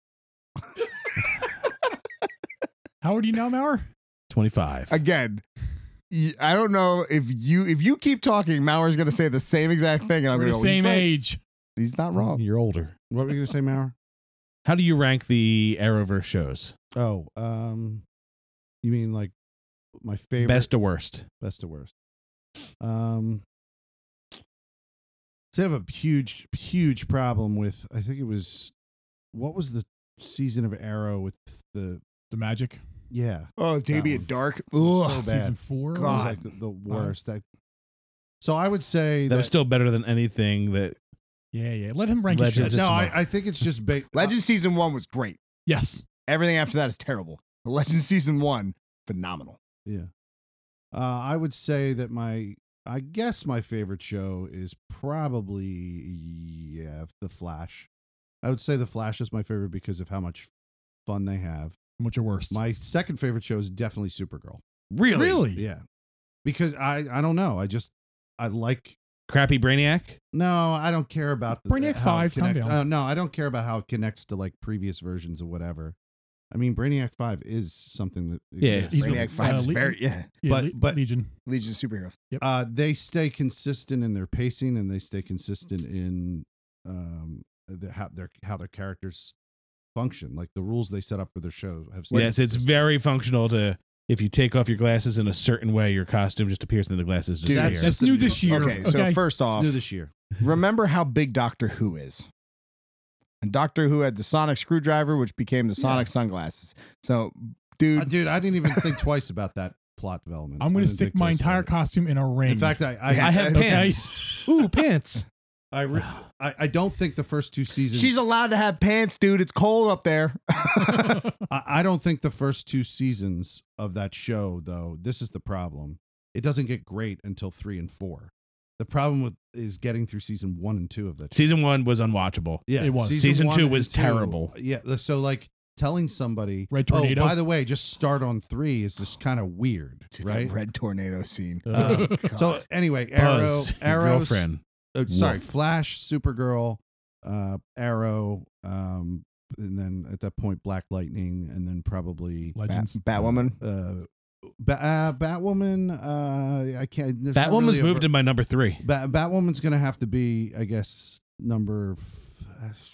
Speaker 6: old are you now, Maurer?
Speaker 5: twenty-five.
Speaker 4: Again, y- I don't know if you if you keep talking, Maurer's going to say the same exact thing, and I'm
Speaker 6: We're
Speaker 4: going
Speaker 6: the
Speaker 4: to go.
Speaker 6: same
Speaker 4: he's right.
Speaker 6: age.
Speaker 4: He's not wrong.
Speaker 5: You're older.
Speaker 7: What were you going to say, Maurer?
Speaker 5: How do you rank the Arrowverse shows?
Speaker 7: Oh, um, you mean like my favorite,
Speaker 5: Best to worst.
Speaker 7: best to worst? Um, so I have a huge, huge problem with. I think it was what was the season of Arrow with the
Speaker 6: The Magic.
Speaker 7: yeah
Speaker 4: Oh, Davy
Speaker 7: That
Speaker 4: at
Speaker 7: one.
Speaker 4: Dark. Ugh.
Speaker 7: was so bad.
Speaker 6: Season four.
Speaker 7: It was
Speaker 4: God.
Speaker 7: like the, the worst. That, so I would say
Speaker 5: That,
Speaker 7: that,
Speaker 5: was still better than anything that.
Speaker 6: Yeah, yeah. Let him rank his
Speaker 5: Legends.
Speaker 6: shows.
Speaker 7: no.
Speaker 5: tomorrow.
Speaker 7: I, I think it's just ba-
Speaker 4: Legend season one was great.
Speaker 6: Yes.
Speaker 4: Everything after that is terrible. But Legend season one, phenomenal.
Speaker 7: Yeah. Uh, I would say that my, I guess my favorite show is probably, yeah, The Flash. I would say The Flash is my favorite because of how much fun they have.
Speaker 6: What's your worst?
Speaker 7: My second favorite show is definitely Supergirl.
Speaker 5: Really?
Speaker 7: Yeah. Because I, I don't know. I just, I like,
Speaker 5: Crappy Brainiac?
Speaker 7: no, I don't care about the
Speaker 6: Brainiac
Speaker 7: how it
Speaker 6: 5, calm
Speaker 7: connects-
Speaker 6: down.
Speaker 7: uh, no, I don't care about how it connects to like previous versions of whatever. I mean, Brainiac 5 is something that
Speaker 5: Yeah,
Speaker 7: exists.
Speaker 6: He's a-
Speaker 4: Brainiac Five
Speaker 6: uh,
Speaker 4: is
Speaker 6: Le-
Speaker 4: very yeah.
Speaker 6: Yeah,
Speaker 7: but-
Speaker 6: Le-
Speaker 7: but-
Speaker 6: Legion.
Speaker 4: Legion of Superheroes.
Speaker 7: uh, they stay consistent in their pacing and they stay consistent in um, the, how their how their characters function. Like the rules they set up for their show have. stayed
Speaker 5: yes, it's
Speaker 7: consistent.
Speaker 5: very functional to. If you take off your glasses in a certain way, your costume just appears and the glasses
Speaker 4: Dude,
Speaker 5: disappear.
Speaker 6: That's new this year.
Speaker 4: Okay, so
Speaker 6: Okay.
Speaker 4: first
Speaker 7: It's
Speaker 4: off,
Speaker 7: new this year.
Speaker 4: remember how big Doctor Who is. And Doctor Who had the sonic screwdriver, which became the sonic sunglasses. So, dude,
Speaker 7: Uh, dude, I didn't even think twice about that plot development.
Speaker 6: I'm
Speaker 7: I
Speaker 6: going to
Speaker 7: didn't
Speaker 6: stick
Speaker 7: think
Speaker 6: my
Speaker 7: twice
Speaker 6: entire
Speaker 7: about
Speaker 6: costume in a
Speaker 7: it.
Speaker 6: ring.
Speaker 7: In fact, I I,
Speaker 5: I have
Speaker 6: Okay.
Speaker 5: pants. Ooh, pants.
Speaker 7: I, re- I I don't think the first two seasons.
Speaker 4: she's allowed to have pants, dude. It's cold up there.
Speaker 7: I, I don't think the first two seasons of that show, though, this is the problem. It doesn't get great until three and four. The problem with is getting through season one and two of that. show.
Speaker 5: Season one was unwatchable.
Speaker 7: Yeah,
Speaker 6: It was.
Speaker 5: Season
Speaker 7: one
Speaker 5: two
Speaker 7: and
Speaker 5: was terrible.
Speaker 7: Yeah, th- so like telling somebody,
Speaker 6: Red
Speaker 7: oh,
Speaker 6: Tornado?
Speaker 7: by the way, just start on three is just kind of weird,
Speaker 4: Dude, that
Speaker 7: right?
Speaker 4: red tornado scene. Oh,
Speaker 7: Uh, so anyway, Arrow,
Speaker 5: Buzz, your
Speaker 7: Arrow,
Speaker 5: girlfriend.
Speaker 7: uh, sorry,
Speaker 5: Wolf.
Speaker 7: Flash, Supergirl, uh, Arrow, um, and then at that point, Black Lightning, and then probably
Speaker 4: Bat-
Speaker 6: Legends.
Speaker 4: Batwoman.
Speaker 7: uh, ba- uh, Batwoman. Uh, I can't. it's not
Speaker 5: Batwoman's
Speaker 7: really
Speaker 5: moved
Speaker 7: a,
Speaker 5: to my number three.
Speaker 7: Bat- Batwoman's gonna have to be, I guess, number. F-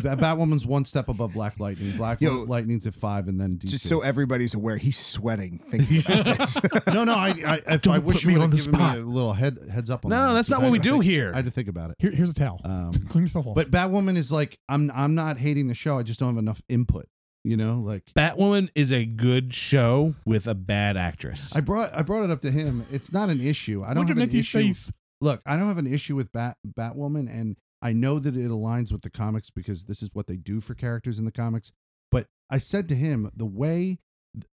Speaker 7: Bat- Batwoman's one step above Black Lightning. Black
Speaker 4: Yo,
Speaker 7: Lightning's at five, and then DC.
Speaker 4: Just so everybody's aware, he's sweating thinking about this.
Speaker 7: no, no, I, I, I, I
Speaker 5: Don't
Speaker 7: wish
Speaker 5: put
Speaker 7: you
Speaker 5: me
Speaker 7: would
Speaker 5: on
Speaker 7: have
Speaker 5: the
Speaker 7: given me
Speaker 5: spot.
Speaker 7: a little head heads up on that
Speaker 5: No, that's
Speaker 7: because
Speaker 5: not
Speaker 7: I
Speaker 5: what we
Speaker 7: had to
Speaker 5: do
Speaker 7: think-
Speaker 5: here.
Speaker 7: I had to think about it.
Speaker 6: Here, here's a towel.
Speaker 7: Um,
Speaker 6: Clean yourself off.
Speaker 7: But Batwoman is like, I'm I'm not hating the show. I just don't have enough input. You know, like
Speaker 5: Batwoman is a good show with a bad actress.
Speaker 7: I brought I brought it up to him. It's not an issue. I don't have
Speaker 6: Look at
Speaker 7: an
Speaker 6: Minty's
Speaker 7: issue.
Speaker 6: face.
Speaker 7: Look, I don't have an issue with Bat Batwoman, and I know that it aligns with the comics because this is what they do for characters in the comics. But I said to him the way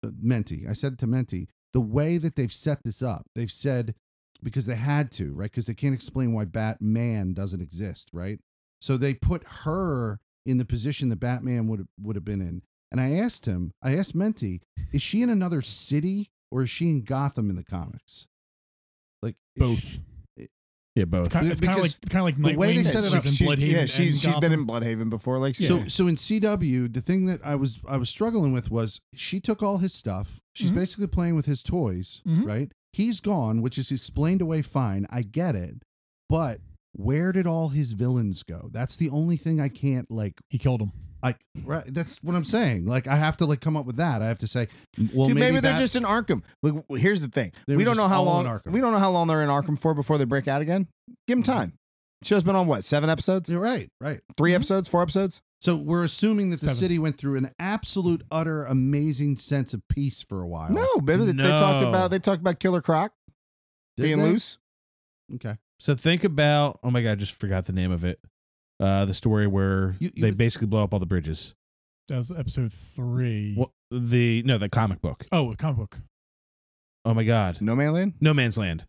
Speaker 7: uh, Menti, I said to Menti, the way that they've set this up, they've said because they had to, right? Because they can't explain why Batman doesn't exist, right? So they put her in the position that Batman would would have been in. And I asked him, I asked Menti, is she in another city or is she in Gotham in the comics? Like is
Speaker 6: Both.
Speaker 7: she-
Speaker 5: yeah, both.
Speaker 6: Kind, it's kind of like
Speaker 7: Because
Speaker 6: kind of like
Speaker 7: the way
Speaker 6: Nightwing
Speaker 7: they set it
Speaker 6: was
Speaker 7: up,
Speaker 6: in
Speaker 4: She-
Speaker 6: Bloodhaven
Speaker 4: yeah,
Speaker 6: and
Speaker 4: she's, she's
Speaker 6: Gotham.
Speaker 4: been in Bloodhaven before. Like,
Speaker 6: Yeah.
Speaker 7: So so in CW, the thing that I was I was struggling with was she took all his stuff. She's
Speaker 4: Mm-hmm.
Speaker 6: Mhm.
Speaker 7: basically playing with his toys,
Speaker 6: Mhm.
Speaker 7: right? He's gone, which is explained away fine. I get it. But where did all his villains go? That's the only thing I can't like
Speaker 6: He killed him.
Speaker 7: I right that's what I'm saying. Like I have to like come up with that. I have to say, well
Speaker 4: Dude, maybe, they're
Speaker 7: that-
Speaker 4: just in Arkham. Look, here's the thing:
Speaker 7: They
Speaker 4: we
Speaker 7: were
Speaker 4: don't
Speaker 7: just
Speaker 4: know how
Speaker 7: all
Speaker 4: long
Speaker 7: in Arkham. Mm-hmm.
Speaker 4: we don't know how long they're in Arkham for before they break out again. Give them time. Show's been on what seven episodes?
Speaker 7: You're right, right.
Speaker 4: 3 episodes, four episodes.
Speaker 7: So we're assuming that the
Speaker 6: Seven.
Speaker 7: city went through an absolute utter amazing sense of peace for a while.
Speaker 4: No, maybe they- they talked
Speaker 5: No.
Speaker 4: about they talked about Killer Croc
Speaker 7: Did
Speaker 4: being
Speaker 7: they?
Speaker 4: loose.
Speaker 7: Okay.
Speaker 5: So think about oh my god, I just forgot the name of it. Uh, the story where
Speaker 7: You- you
Speaker 5: they
Speaker 7: was-
Speaker 5: basically blow up all the bridges.
Speaker 6: That was episode three.
Speaker 5: What the no, the comic book.
Speaker 6: Oh, a comic book.
Speaker 5: Oh my god,
Speaker 4: No Man Land.
Speaker 5: No Man's Land.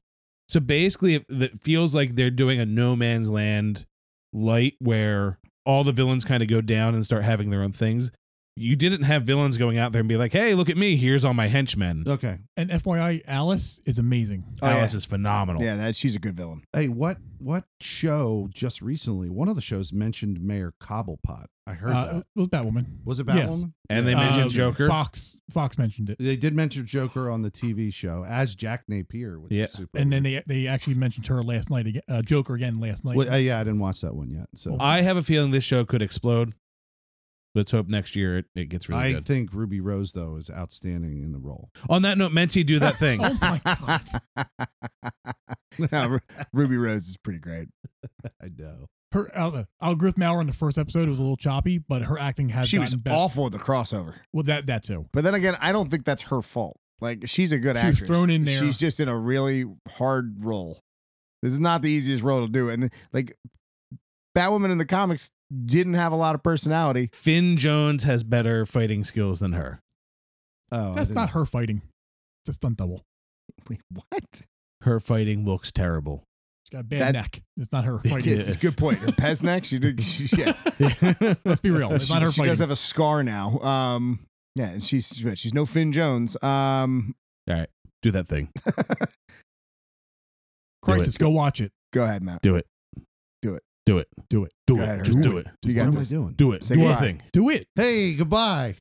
Speaker 5: So basically, it, it feels like they're doing a No Man's Land light where all the villains kind of go down and start having their own things. You didn't have villains going out there and be like, "Hey, look at me! Here's all my henchmen."
Speaker 7: Okay.
Speaker 6: And FYI, Alice is amazing.
Speaker 5: Alice is phenomenal.
Speaker 4: Yeah, that she's a good villain.
Speaker 7: Hey, what what show just recently? One of the shows mentioned Mayor Cobblepot. I heard
Speaker 6: Uh,
Speaker 7: that.
Speaker 6: it was Batwoman.
Speaker 7: Was it Batwoman?
Speaker 5: And they
Speaker 7: Yeah. Oh,
Speaker 5: mentioned
Speaker 6: Uh,
Speaker 5: Joker.
Speaker 6: Fox Fox mentioned it,
Speaker 7: They did mention Joker on the TV show as Jack Napier, which
Speaker 5: Yeah.
Speaker 7: is super.
Speaker 6: and then
Speaker 7: weird.
Speaker 6: they they actually mentioned her last night again. Uh, Joker again last night.
Speaker 7: Well, uh, yeah, I didn't watch that one yet. So
Speaker 5: I have a feeling this show could explode. Let's hope next year it, it gets really
Speaker 7: I
Speaker 5: good.
Speaker 7: think Ruby Rose though is outstanding in the role.
Speaker 5: On that note, Menti, do that thing.
Speaker 6: oh my god!
Speaker 4: No, Ru- Ruby Rose is pretty great.
Speaker 7: I know.
Speaker 6: Her uh, Algrith Mauer in the first episode was a little choppy, but her acting has
Speaker 4: she was
Speaker 6: gotten better.
Speaker 4: awful at the crossover.
Speaker 6: Well, that that too.
Speaker 4: But then again, I don't think that's her fault. Like she's a good
Speaker 6: She was
Speaker 4: actress.
Speaker 6: thrown in there.
Speaker 4: She's just in a really hard role. This is not the easiest role to do. And like Batwoman in the comics didn't have a lot of personality.
Speaker 5: Finn Jones has better fighting skills than her.
Speaker 7: Oh, I
Speaker 6: That's
Speaker 7: didn't-
Speaker 6: not her fighting. That's stunt double.
Speaker 4: Wait, what?
Speaker 5: Her fighting looks terrible.
Speaker 6: She's got a bad
Speaker 4: That-
Speaker 6: neck. It's not her
Speaker 4: It's
Speaker 6: fighting.
Speaker 4: it's a good point. Her Pesnex, she did. She, yeah,
Speaker 6: Let's be real. It's
Speaker 4: she,
Speaker 6: not her
Speaker 4: she
Speaker 6: fighting.
Speaker 4: does have a scar now. Um, yeah, and she's she's no Finn Jones. Um,
Speaker 5: Do that thing.
Speaker 6: Crisis. Go watch it.
Speaker 4: go ahead, Matt.
Speaker 5: Do it.
Speaker 4: Do it.
Speaker 5: Do it. Do it. Do
Speaker 4: Go
Speaker 5: it.
Speaker 4: ahead,
Speaker 5: Just
Speaker 4: Herb.
Speaker 5: do it.
Speaker 4: You
Speaker 7: What
Speaker 4: got
Speaker 7: am I
Speaker 4: this.
Speaker 7: doing?
Speaker 5: Do it.
Speaker 4: Say
Speaker 5: Do the
Speaker 4: goodbye.
Speaker 5: thing.
Speaker 6: Do it.
Speaker 7: Hey, goodbye.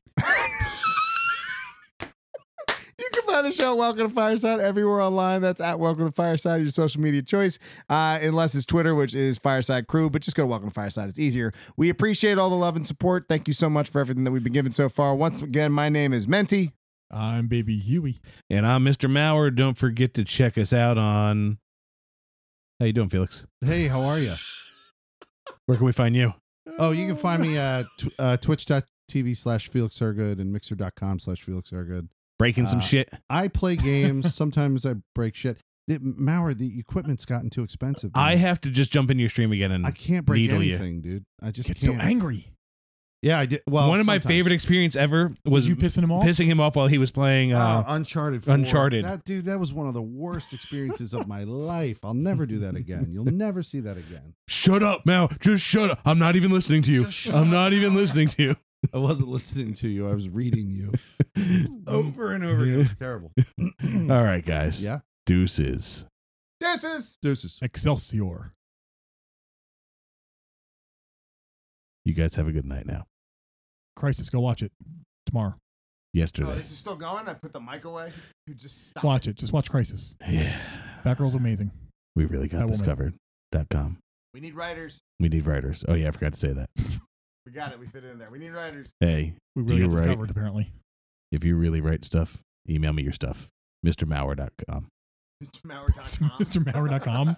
Speaker 4: You can find the show Welcome to Fireside everywhere online. That's at Welcome to Fireside, your social media choice, uh, unless it's Twitter, which is Fireside Crew. But just go to Welcome to Fireside; it's easier. We appreciate all the love and support. Thank you so much for everything that we've been given so far. Once again, my name is Menti.
Speaker 6: I'm Baby Huey.
Speaker 5: And I'm Mr. Maurer. Don't forget to check us out on. How you doing, Felix?
Speaker 7: Hey, how are you?
Speaker 5: Where can we find you?
Speaker 7: Oh, you can find me at tw- uh, twitch.tv slash Felix Hergood and mixer.com slash Felix Hergood.
Speaker 5: Breaking some
Speaker 7: Uh,
Speaker 5: shit.
Speaker 7: I play games. Sometimes I break shit. The, Mauer, the equipment's gotten too expensive.
Speaker 5: I
Speaker 7: man.
Speaker 5: have to just jump in your stream again and
Speaker 7: I can't break
Speaker 5: needle you.
Speaker 7: anything, dude. I just
Speaker 6: Get so
Speaker 7: can't.
Speaker 6: angry.
Speaker 7: yeah, I did. Well,
Speaker 5: one of my
Speaker 7: sometimes.
Speaker 5: favorite experience ever was
Speaker 6: Was you pissing him off?
Speaker 5: pissing him off while he was playing.
Speaker 7: Oh,
Speaker 5: Uh,
Speaker 7: Uncharted. 4.
Speaker 5: Uncharted.
Speaker 7: That dude, that was one of the worst experiences of my life. I'll never do that again. You'll never see that again.
Speaker 5: shut up, Mao. Just shut up. I'm not even listening to you.
Speaker 7: Just shut
Speaker 5: I'm
Speaker 7: up,
Speaker 5: not even
Speaker 7: Mao."
Speaker 5: listening to you.
Speaker 7: I wasn't listening to you. I was reading you over and over again. It was terrible.
Speaker 5: Um, All right, guys.
Speaker 7: Yeah.
Speaker 5: Deuces.
Speaker 4: Deuces.
Speaker 7: Deuces.
Speaker 6: Excelsior.
Speaker 5: You guys have a good night now.
Speaker 6: Crisis. Go watch it tomorrow.
Speaker 5: Yesterday.
Speaker 4: Oh, is still going. I put the mic away. You just stop.
Speaker 6: Watch it. Just watch Crisis.
Speaker 5: yeah.
Speaker 6: Batgirl's amazing.
Speaker 5: We really got
Speaker 6: That
Speaker 5: this
Speaker 6: woman.
Speaker 5: covered. Dot com.
Speaker 4: We need writers.
Speaker 5: We need writers. Oh yeah, I forgot to say that.
Speaker 4: We got it. We fit it in there. We need writers.
Speaker 5: Hey,
Speaker 6: We really
Speaker 5: You're
Speaker 6: got this
Speaker 5: right.
Speaker 6: covered, apparently.
Speaker 5: if you really write stuff, email me your stuff. MrMauer.com.
Speaker 6: MrMauer.com.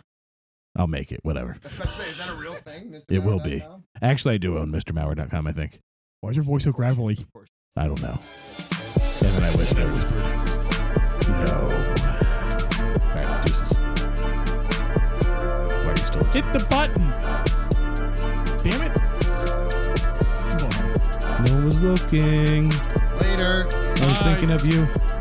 Speaker 5: I'll make it. Whatever.
Speaker 4: is that a real thing? Mr.
Speaker 5: It will be. Actually, I do own MrMauer.com. I think.
Speaker 6: Why is your voice so gravelly?
Speaker 5: I don't know. And then I whisper. No. All right, deuces. Why are you still?
Speaker 6: Hit the button. Damn it. Come on.
Speaker 5: No one was looking.
Speaker 4: Later.
Speaker 5: I was thinking of you.